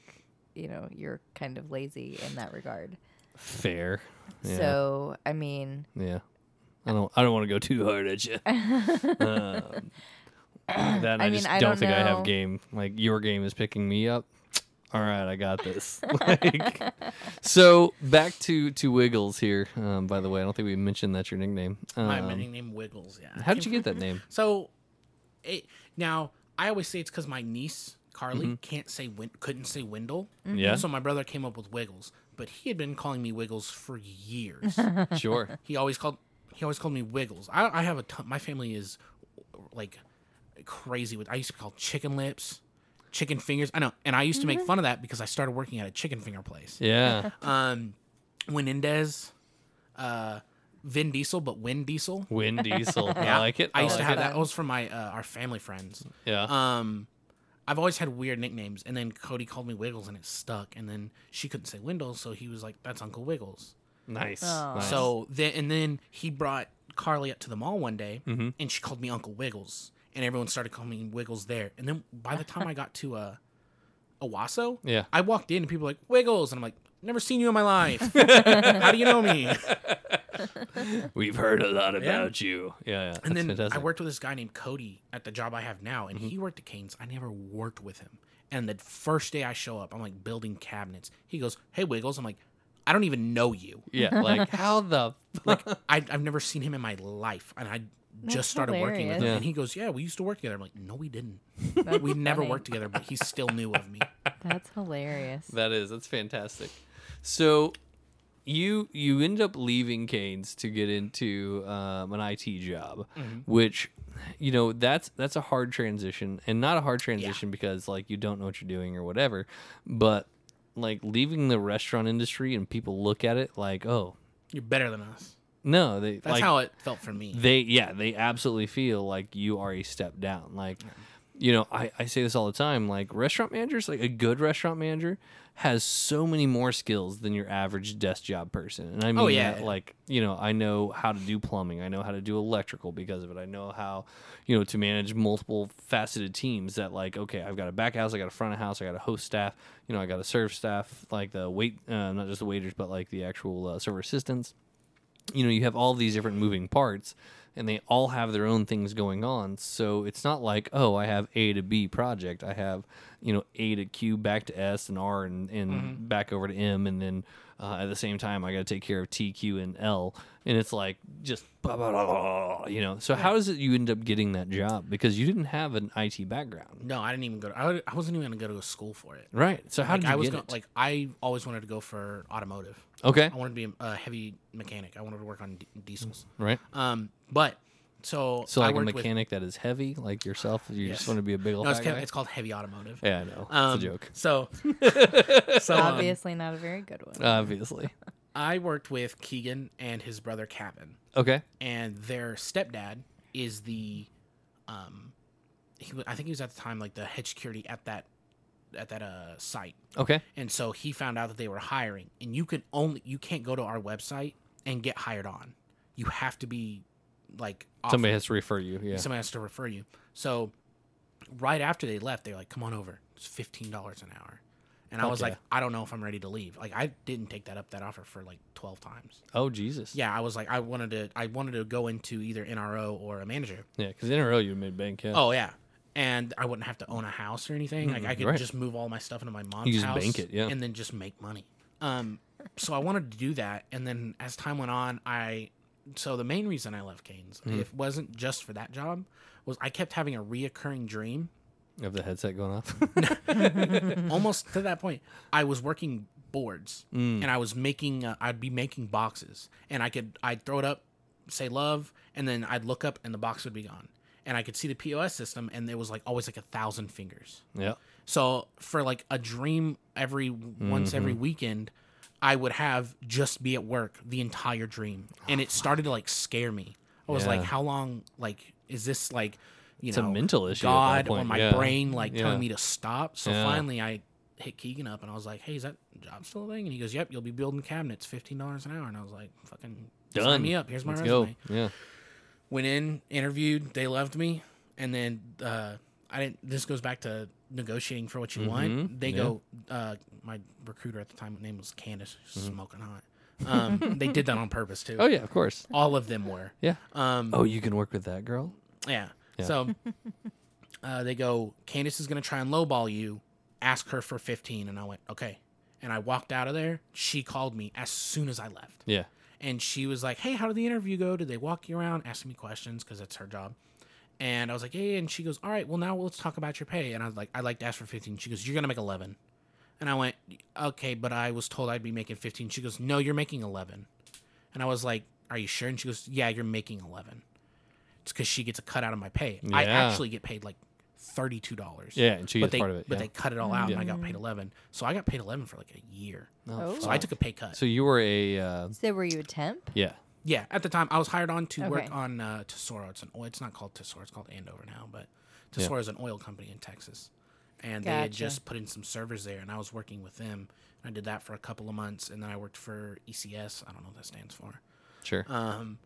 Speaker 3: you know, you're kind of lazy in that regard.
Speaker 1: Fair. Yeah.
Speaker 3: So, I mean,
Speaker 1: Yeah. I don't. I don't want to go too hard at you. um, that I,
Speaker 3: I mean,
Speaker 1: just
Speaker 3: I
Speaker 1: don't,
Speaker 3: don't
Speaker 1: think I have
Speaker 3: know.
Speaker 1: game. Like your game is picking me up. All right, I got this. like, so back to to Wiggles here. Um, by the way, I don't think we mentioned that's your nickname. Um,
Speaker 2: My nickname Wiggles. Yeah.
Speaker 1: how did you get that name?
Speaker 2: So, it, now I always say it's because my niece Carly can't say win- couldn't say Wendell.
Speaker 1: Mm-hmm. Yeah.
Speaker 2: So my brother came up with Wiggles, but he had been calling me Wiggles for years.
Speaker 1: Sure.
Speaker 2: he always called he always called me Wiggles. I, I have a ton, my family is like crazy with. I used to call chicken lips, chicken fingers. I know, and I used to make fun of that because I started working at a chicken finger place.
Speaker 1: Mm-hmm. Yeah.
Speaker 2: Um, Winendez, uh, Vin Diesel, but Win Diesel.
Speaker 1: Win Diesel. I like it.
Speaker 2: I used to
Speaker 1: like
Speaker 2: have
Speaker 1: it.
Speaker 2: that. That was from my uh, our family friends.
Speaker 1: Yeah.
Speaker 2: Um, I've always had weird nicknames, and then Cody called me Wiggles, and it stuck. And then she couldn't say Wendell, so he was like, "That's Uncle Wiggles."
Speaker 1: nice.
Speaker 3: Oh.
Speaker 1: nice.
Speaker 2: So then, and then he brought Carly up to the mall one day,
Speaker 1: Mm-hmm.
Speaker 2: and she called me Uncle Wiggles, and everyone started calling me Wiggles there. And then by the time I got to uh, Owasso,
Speaker 1: Yeah.
Speaker 2: I walked in and people were like Wiggles, and I'm like, "Never seen you in my life. How do you know me?"
Speaker 1: we've heard a lot
Speaker 2: about
Speaker 1: you. Yeah. yeah.
Speaker 2: And
Speaker 1: That's
Speaker 2: then
Speaker 1: fantastic. Mm-hmm.
Speaker 2: I worked with this guy named Cody at the job I have now, and he worked at Canes. I never worked with him. And the first day I show up, I'm like building cabinets. He goes, "Hey Wiggles," I'm like, "I don't even know you.
Speaker 1: Yeah. Like how the
Speaker 2: Like I, I've never seen him in my life." And I
Speaker 3: That's
Speaker 2: just started working with him,
Speaker 1: hilarious.
Speaker 2: and he goes, "Yeah, we used to work together." I'm like, "No, we didn't.
Speaker 3: that's
Speaker 2: We never
Speaker 3: funny.
Speaker 2: worked together, but he still knew of me."
Speaker 3: That's hilarious.
Speaker 1: That is. That's fantastic. So you you end up leaving Canes to get into um, an IT job, which you know that's that's a hard transition, and not a hard transition because like you don't know what you're doing or whatever, but like leaving the restaurant industry and people look at it like oh
Speaker 2: You're better than us.
Speaker 1: no they
Speaker 2: That's
Speaker 1: like,
Speaker 2: how it felt for me.
Speaker 1: they yeah they absolutely feel like you are a step down like you know I, I say this all the time like restaurant managers like a good restaurant manager has so many more skills than your average desk job person and i mean
Speaker 2: Oh, yeah.
Speaker 1: that, like you know i know how to do plumbing i know how to do electrical because of it i know how you know to manage multiple faceted teams that like okay i've got a back house i got a front of house i got a host staff you know i got a serve staff like the wait uh, not just the waiters but like the actual uh, server assistants you know you have all these different moving parts and they all have their own things going on so it's not like oh i have a to b project i have you know a to q back to s and r and, and
Speaker 2: Mm-hmm.
Speaker 1: back over to m and then uh, at the same time i got to take care of t q and l and it's like just blah, blah, blah, blah, blah, you know so how is it you end up getting that job because you didn't have an it background
Speaker 2: No, I didn't even go. To, I, would- I wasn't even gonna go to school for it.
Speaker 1: right so how
Speaker 2: Like,
Speaker 1: did you
Speaker 2: I was
Speaker 1: get
Speaker 2: gonna,
Speaker 1: it?
Speaker 2: like I always wanted to go for automotive.
Speaker 1: okay
Speaker 2: I wanted to be a heavy mechanic. I wanted to work on d- diesels.
Speaker 1: right
Speaker 2: Um, but so
Speaker 1: so
Speaker 2: I
Speaker 1: like a
Speaker 2: worked with-
Speaker 1: mechanic that is heavy like yourself you
Speaker 2: Yes.
Speaker 1: just want to be a big old
Speaker 2: no, it's,
Speaker 1: fat
Speaker 2: ca-
Speaker 1: guy?
Speaker 2: it's called heavy automotive.
Speaker 1: yeah i know
Speaker 2: Um,
Speaker 1: it's a joke
Speaker 2: So, so um,
Speaker 3: Obviously not a very good one.
Speaker 1: obviously
Speaker 2: I worked with Keegan and his brother Kevin,
Speaker 1: okay
Speaker 2: and their stepdad is the, um, he wa- I think he was at the time like the head security at that, at that uh site.
Speaker 1: Okay.
Speaker 2: and so he found out that they were hiring and you can only you can't go to our website and get hired on you have to be like
Speaker 1: Somebody
Speaker 2: offered-
Speaker 1: has to refer you. Yeah.
Speaker 2: somebody has to refer you so right after they left they're like come on over it's $15 an hour and i
Speaker 1: Fuck
Speaker 2: was
Speaker 1: yeah.
Speaker 2: like i don't know if i'm ready to leave like i didn't take that up that offer for like 12 times
Speaker 1: oh Jesus.
Speaker 2: yeah i was like i wanted to i wanted to go into either nro or a manager
Speaker 1: Yeah. Because in a row you made bank. Yeah. Mm,
Speaker 2: oh yeah and i wouldn't have to own a house or anything like i could
Speaker 1: right.
Speaker 2: just move all my stuff into my mom's
Speaker 1: You just
Speaker 2: house
Speaker 1: bank it, yeah.
Speaker 2: and then just make money um so I wanted to do that, and then as time went on, I so the main reason I left Canes
Speaker 1: Mm-hmm.
Speaker 2: it wasn't just for that job was I kept having a reoccurring dream Oh.
Speaker 1: Of the headset going off.
Speaker 2: almost to that point, I was working boards and I was making, uh, I'd be making boxes and I could, I'd throw it up, say love, and then I'd look up and the box would be gone. And I could see the POS system and there was like always like a thousand fingers.
Speaker 1: yeah.
Speaker 2: So for like a dream every once
Speaker 1: Mm-hmm.
Speaker 2: every weekend, I would have just be at work the entire dream. And it started to like scare me. I was like,
Speaker 1: Yeah.
Speaker 2: how long, like, is this like, you
Speaker 1: It's a
Speaker 2: know,
Speaker 1: mental issue at that
Speaker 2: God or
Speaker 1: point,
Speaker 2: my
Speaker 1: yeah.
Speaker 2: brain like
Speaker 1: Yeah.
Speaker 2: telling me to stop. So
Speaker 1: Yeah.
Speaker 2: finally I hit Keegan up and I was like, hey, is that job still a thing? And he goes, yep, you'll be building cabinets, $15 an hour. And I was like, fucking
Speaker 1: Done.
Speaker 2: sign me up. Here's my
Speaker 1: Let's
Speaker 2: resume
Speaker 1: go. Yeah.
Speaker 2: went in, interviewed, they loved me, and then uh, I didn't. This goes back to negotiating for what you
Speaker 1: Mhm,
Speaker 2: want. They
Speaker 1: yeah. Mm-hmm.
Speaker 2: go. Uh, my recruiter at the time, her name was Candace, she's smoking hot. Um, they did that on purpose too.
Speaker 1: Oh yeah, of course.
Speaker 2: All of them were.
Speaker 1: Yeah.
Speaker 2: Um,
Speaker 1: Oh, you can work with that girl.
Speaker 2: yeah.
Speaker 1: Yeah.
Speaker 2: So uh, they go, Candace is going to try and lowball you. Ask her for 15. And I went, okay. And I walked out of there. She called me as soon as I left
Speaker 1: Yeah.
Speaker 2: and she was like, "Hey, how did the interview go? Did they walk you around, asking me questions because that's her job?" And I was like, "Yeah." yeah." And she goes, "All right, well now let's talk about your pay." And I was like, "I'd like to ask for 15." She goes, "You're gonna make 11." And I went, "Okay, but I was told I'd be making 15." She goes, "No, you're making 11." And I was like, "Are you sure?" And she goes, "Yeah, you're making 11." It's because she gets a cut out of my pay. I
Speaker 1: Yeah.
Speaker 2: actually get paid like thirty-two dollars.
Speaker 1: Yeah, and she
Speaker 2: but
Speaker 1: gets
Speaker 2: they
Speaker 1: part of it.
Speaker 2: but
Speaker 1: yeah.
Speaker 2: they cut it all out, and I got paid 11. So I got paid 11 for like a year.
Speaker 1: Oh,
Speaker 2: So I took a pay cut.
Speaker 1: So you were a uh,
Speaker 3: So were you a temp?
Speaker 1: yeah.
Speaker 2: Yeah, at the time I was hired on to
Speaker 3: Okay.
Speaker 2: work on uh, Tesoro. It's an oil. It's not called Tesoro. It's called Andover now, but Tesoro is an oil company in Texas, and they had
Speaker 3: Gotcha.
Speaker 2: just put in some servers there, and I was working with them. I did that for a couple of months, and then I worked for ECS. I don't know what that stands for.
Speaker 1: Sure.
Speaker 2: Um,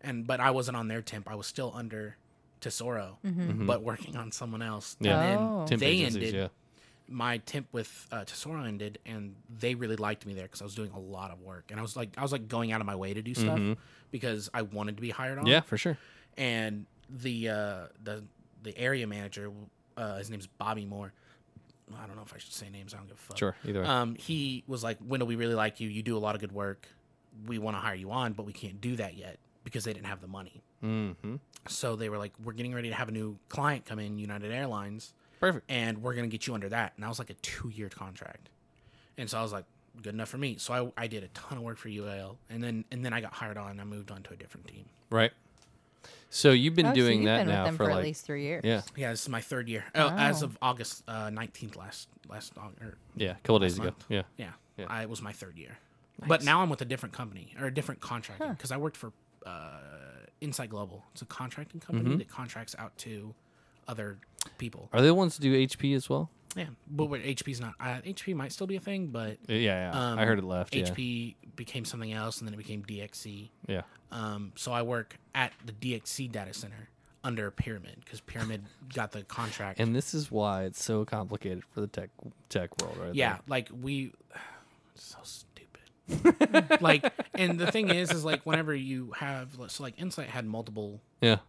Speaker 2: and but I wasn't on their temp. I was still under Tesoro, but working on someone else.
Speaker 1: Mm-hmm. Yeah.
Speaker 3: Mm-hmm. Oh.
Speaker 2: And then
Speaker 1: Temp
Speaker 2: they
Speaker 1: agencies,
Speaker 2: ended.
Speaker 1: Yeah.
Speaker 2: My temp with uh, Tesoro ended, and they really liked me there because I was doing a lot of work, and I was like, I was like going out of my way to do stuff
Speaker 1: Mm-hmm.
Speaker 2: because I wanted to be hired on
Speaker 1: Yeah, for sure.
Speaker 2: and the uh, the the area manager, uh, his name's Bobby Moore. I don't know if I should say names. I don't give a fuck.
Speaker 1: Sure. Either way.
Speaker 2: Um, he was like, "Wendell, we really like you. You do a lot of good work. We want to hire you on, but we can't do that yet because they didn't have the money.
Speaker 1: mm-hmm.
Speaker 2: So they were like, we're getting ready to have a new client come in, United Airlines,
Speaker 1: Perfect.
Speaker 2: and we're gonna get you under that." And that was like a two-year contract, and so I was like, "Good enough for me." So I, I did a ton of work for UAL, and then and then I got hired on. I moved on to a different team.
Speaker 1: Right. So you've been
Speaker 3: Oh, so
Speaker 1: doing
Speaker 3: you've
Speaker 1: that
Speaker 3: been with
Speaker 1: now
Speaker 3: them
Speaker 1: for,
Speaker 3: for
Speaker 1: like
Speaker 3: at least three years.
Speaker 1: yeah,
Speaker 2: Yeah, this is my third year. Oh, as
Speaker 3: Wow.
Speaker 2: of August uh, nineteenth last last Aug- or,
Speaker 1: yeah, a couple days ago.
Speaker 2: month.
Speaker 1: Yeah.
Speaker 2: yeah,
Speaker 1: Yeah.
Speaker 2: I it was my third year. But now I'm with a different company or a different contracting because I worked for uh, Insight Global. It's a contracting company
Speaker 1: Mm-hmm.
Speaker 2: that contracts out to other people.
Speaker 1: Are they the ones to do HP as well?
Speaker 2: Yeah, but wait, HP's not. Uh, HP might still be a thing, but
Speaker 1: Yeah, yeah.
Speaker 2: Um,
Speaker 1: I heard it left.
Speaker 2: HP became something else, and then it became DXC.
Speaker 1: Yeah. Yeah.
Speaker 2: Um, so I work at the DXC data center under Pyramid because Pyramid got the contract.
Speaker 1: And this is why it's so complicated for the tech tech world, right?
Speaker 2: yeah like we so stupid like and the thing is is like whenever you have so like insight had multiple
Speaker 1: There.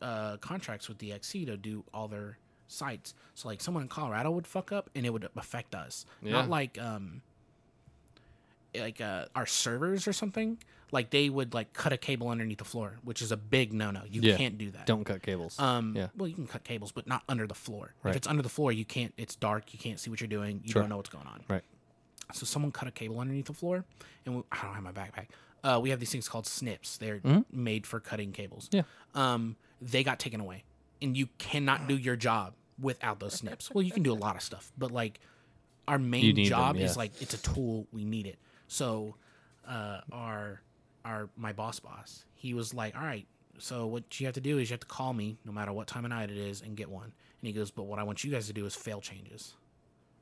Speaker 1: Yeah.
Speaker 2: uh contracts with dxc to do all their sites so like someone in colorado would fuck up and it would affect us
Speaker 1: Yeah.
Speaker 2: not like um like uh our servers or something like they would like cut a cable underneath the floor which is a big no no you
Speaker 1: Yeah.
Speaker 2: can't do that
Speaker 1: Don't cut cables.
Speaker 2: um,
Speaker 1: Yeah.
Speaker 2: Well, you can cut cables, but not under the floor.
Speaker 1: Right.
Speaker 2: If it's under the floor, you can't. It's dark. You can't see what you're doing. You
Speaker 1: Sure.
Speaker 2: don't know what's going on.
Speaker 1: Right.
Speaker 2: So someone cut a cable underneath the floor, and we, I don't have my backpack. Uh, we have these things called snips. They're made for cutting cables.
Speaker 1: Mm-hmm. Yeah.
Speaker 2: Um, they got taken away, and you cannot do your job without those snips. well, you can do a lot of stuff, but like our
Speaker 1: You
Speaker 2: main
Speaker 1: need them,
Speaker 2: job
Speaker 1: yeah.
Speaker 2: is like it's a tool. We need it. So uh, our our my boss boss he was like all right so what you have to do is you have to call me no matter what time of night it is and get one and he goes but what i want you guys to do is fail changes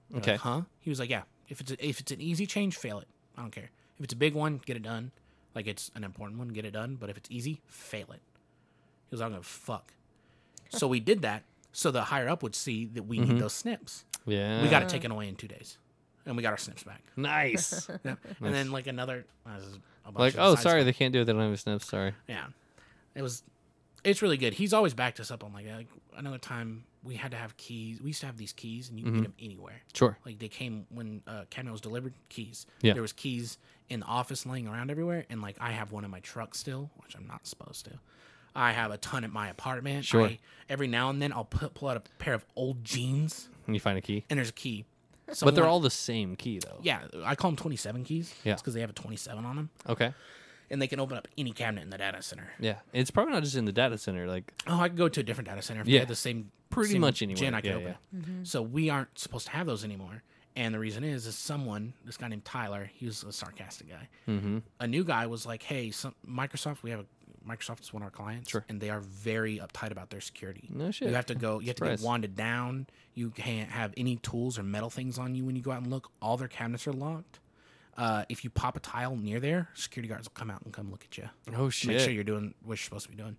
Speaker 2: They're
Speaker 1: Okay.
Speaker 2: like, uh, huh he was like yeah if it's a, if it's an easy change fail it i don't care if it's a big one get it done like it's an important one get it done but if it's easy fail it he was i'm gonna fuck so we did that so the higher up would see that we
Speaker 1: Mm-hmm.
Speaker 2: need those snips
Speaker 1: Yeah.
Speaker 2: we got it taken away in two days and we got our snips back
Speaker 1: nice.
Speaker 2: yeah. and then like another uh, this is a bunch
Speaker 1: like,
Speaker 2: of
Speaker 1: oh,
Speaker 2: side
Speaker 1: sorry, they can't do it. They don't have a snip. Sorry.
Speaker 2: yeah. It was it's really good. He's always backed us up on like, like another time we had to have keys. We used to have these keys, and you
Speaker 1: Mm-hmm.
Speaker 2: can get them anywhere.
Speaker 1: Sure.
Speaker 2: Like they came when uh, Kevin was delivered keys.
Speaker 1: Yeah.
Speaker 2: There was keys in the office laying around everywhere, and like I have one in my truck still, which I'm not supposed to. I have a ton at my apartment.
Speaker 1: Sure.
Speaker 2: I- every now and then I'll put, pull out a pair of old jeans,
Speaker 1: And you find a key.
Speaker 2: and there's a key.
Speaker 1: But they're
Speaker 2: Someone-
Speaker 1: all the same key though.
Speaker 2: yeah. I call them 27 keys.
Speaker 1: Yeah.
Speaker 2: because they have a 27 on them,
Speaker 1: Okay.
Speaker 2: and they can open up any cabinet in the data center.
Speaker 1: Yeah. It's probably not just in the data center. Like
Speaker 2: Oh, I could go to a different data center if
Speaker 1: Yeah.
Speaker 2: they had the same
Speaker 1: Pretty
Speaker 2: same
Speaker 1: much anywhere.
Speaker 2: Gen I could
Speaker 1: Yeah, Mm-hmm.
Speaker 2: open. it. So we aren't supposed to have those anymore. And the reason is, is someone, this guy named Tyler, he was a sarcastic guy. Mm-hmm. A new guy was like, "Hey, some, Microsoft, we have a Microsoft is one of our clients,
Speaker 1: Sure.
Speaker 2: and they are very uptight about their security.
Speaker 1: No shit.
Speaker 2: You have to go. You have to
Speaker 1: Surprised.
Speaker 2: get wanded down. You can't have any tools or metal things on you when you go out and look. All their cabinets are locked. Uh, if you pop a tile near there, security guards will come out and come look at you
Speaker 1: oh
Speaker 2: make sure you're doing what you're supposed to be doing.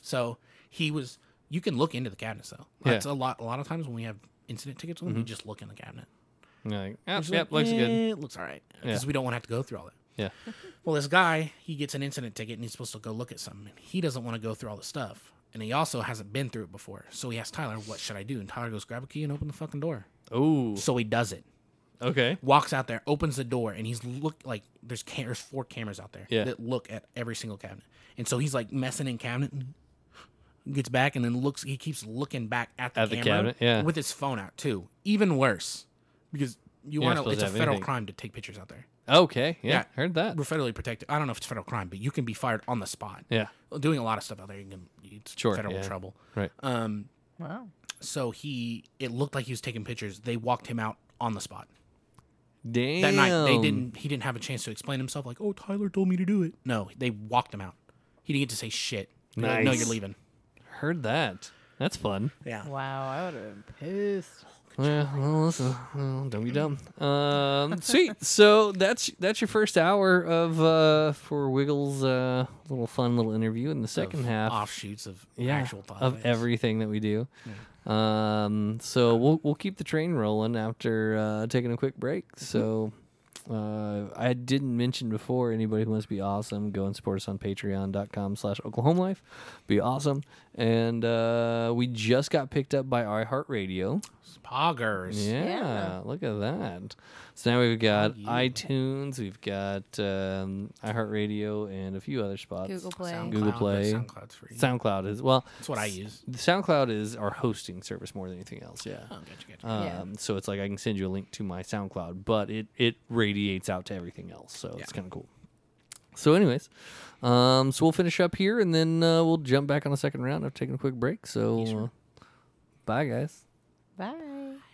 Speaker 2: So he was. You can look into the cabinets though. That's a lot. A lot of times when we have incident tickets, we just look in the cabinet.
Speaker 1: And you're like, ah,
Speaker 2: Just
Speaker 1: Mm-hmm. yep,
Speaker 2: like,
Speaker 1: looks good.
Speaker 2: "Eh, It looks all right because
Speaker 1: Yeah.
Speaker 2: we don't want to have to go through all that.
Speaker 1: Yeah.
Speaker 2: Well, this guy, he gets an incident ticket and he's supposed to go look at something. He doesn't want to go through all the stuff, and he also hasn't been through it before. So he asks Tyler, "What should I do?" And Tyler goes, "Grab a key and open the fucking door."
Speaker 1: Oh.
Speaker 2: So he does it.
Speaker 1: Okay.
Speaker 2: Walks out there, opens the door, and he's look like there's cam- there's four cameras out there
Speaker 1: Yeah.
Speaker 2: that look at every single cabinet, and so he's like messing in cabinet, and gets back, and then looks. He keeps looking back at the,
Speaker 1: At the
Speaker 2: camera
Speaker 1: cabinet, yeah.
Speaker 2: with his phone out too. Even worse, because you
Speaker 1: You're not
Speaker 2: want to.
Speaker 1: supposed
Speaker 2: It's
Speaker 1: to
Speaker 2: a
Speaker 1: have
Speaker 2: federal
Speaker 1: anything.
Speaker 2: crime to take pictures out there.
Speaker 1: Okay. Yeah.
Speaker 2: Yeah.
Speaker 1: Heard that.
Speaker 2: We're federally protected. I don't know if it's federal crime, but you can be fired on the spot.
Speaker 1: Yeah.
Speaker 2: Doing a lot of stuff out there, you can it's
Speaker 1: Sure,
Speaker 2: federal
Speaker 1: yeah.
Speaker 2: trouble.
Speaker 1: Right.
Speaker 2: Um,
Speaker 3: Wow.
Speaker 2: so he, it looked like he was taking pictures. They walked him out on the spot.
Speaker 1: Damn.
Speaker 2: that night they didn't he didn't have a chance to explain himself like oh tyler told me to do it no they walked him out he didn't get to say shit They're like, no
Speaker 1: Nice.
Speaker 2: you're leaving
Speaker 1: Heard that. That's fun.
Speaker 2: yeah
Speaker 3: Wow, I would have been pissed.
Speaker 1: Yeah, well, listen, well, don't be dumb. Um, sweet. So that's that's your first hour of uh, for Wiggles' uh, little fun little interview, and the second half
Speaker 2: offshoots of
Speaker 1: yeah,
Speaker 2: actual thought
Speaker 1: of everything that we do. Um, so we'll we'll keep the train rolling after uh, taking a quick break. So uh, I didn't mention before. Anybody who wants to be awesome, go and support us on Patreon.com/slash Oklahoma Life. Be awesome, and uh, we just got picked up by iHeartRadio.
Speaker 2: poggers
Speaker 1: Yeah,
Speaker 3: Yeah.
Speaker 1: look at that. So now we've got iTunes, we've got um, iHeartRadio, and a few other spots.
Speaker 3: Google Play.
Speaker 2: SoundCloud,
Speaker 1: Google
Speaker 2: but
Speaker 1: Play.
Speaker 2: soundcloud's free
Speaker 1: SoundCloud is well.
Speaker 2: that's what i use
Speaker 1: The SoundCloud is our hosting service more than anything else. Yeah.
Speaker 2: oh gotcha gotcha
Speaker 1: Um,
Speaker 3: Yeah.
Speaker 1: So it's like I can send you a link to my SoundCloud, but it it radiates out to everything else. So it's
Speaker 2: Yeah.
Speaker 1: kind of cool. So, anyways, um, so we'll finish up here, and then uh, we'll jump back on the second round after taking a quick break. So, uh, bye, guys.
Speaker 3: Bye.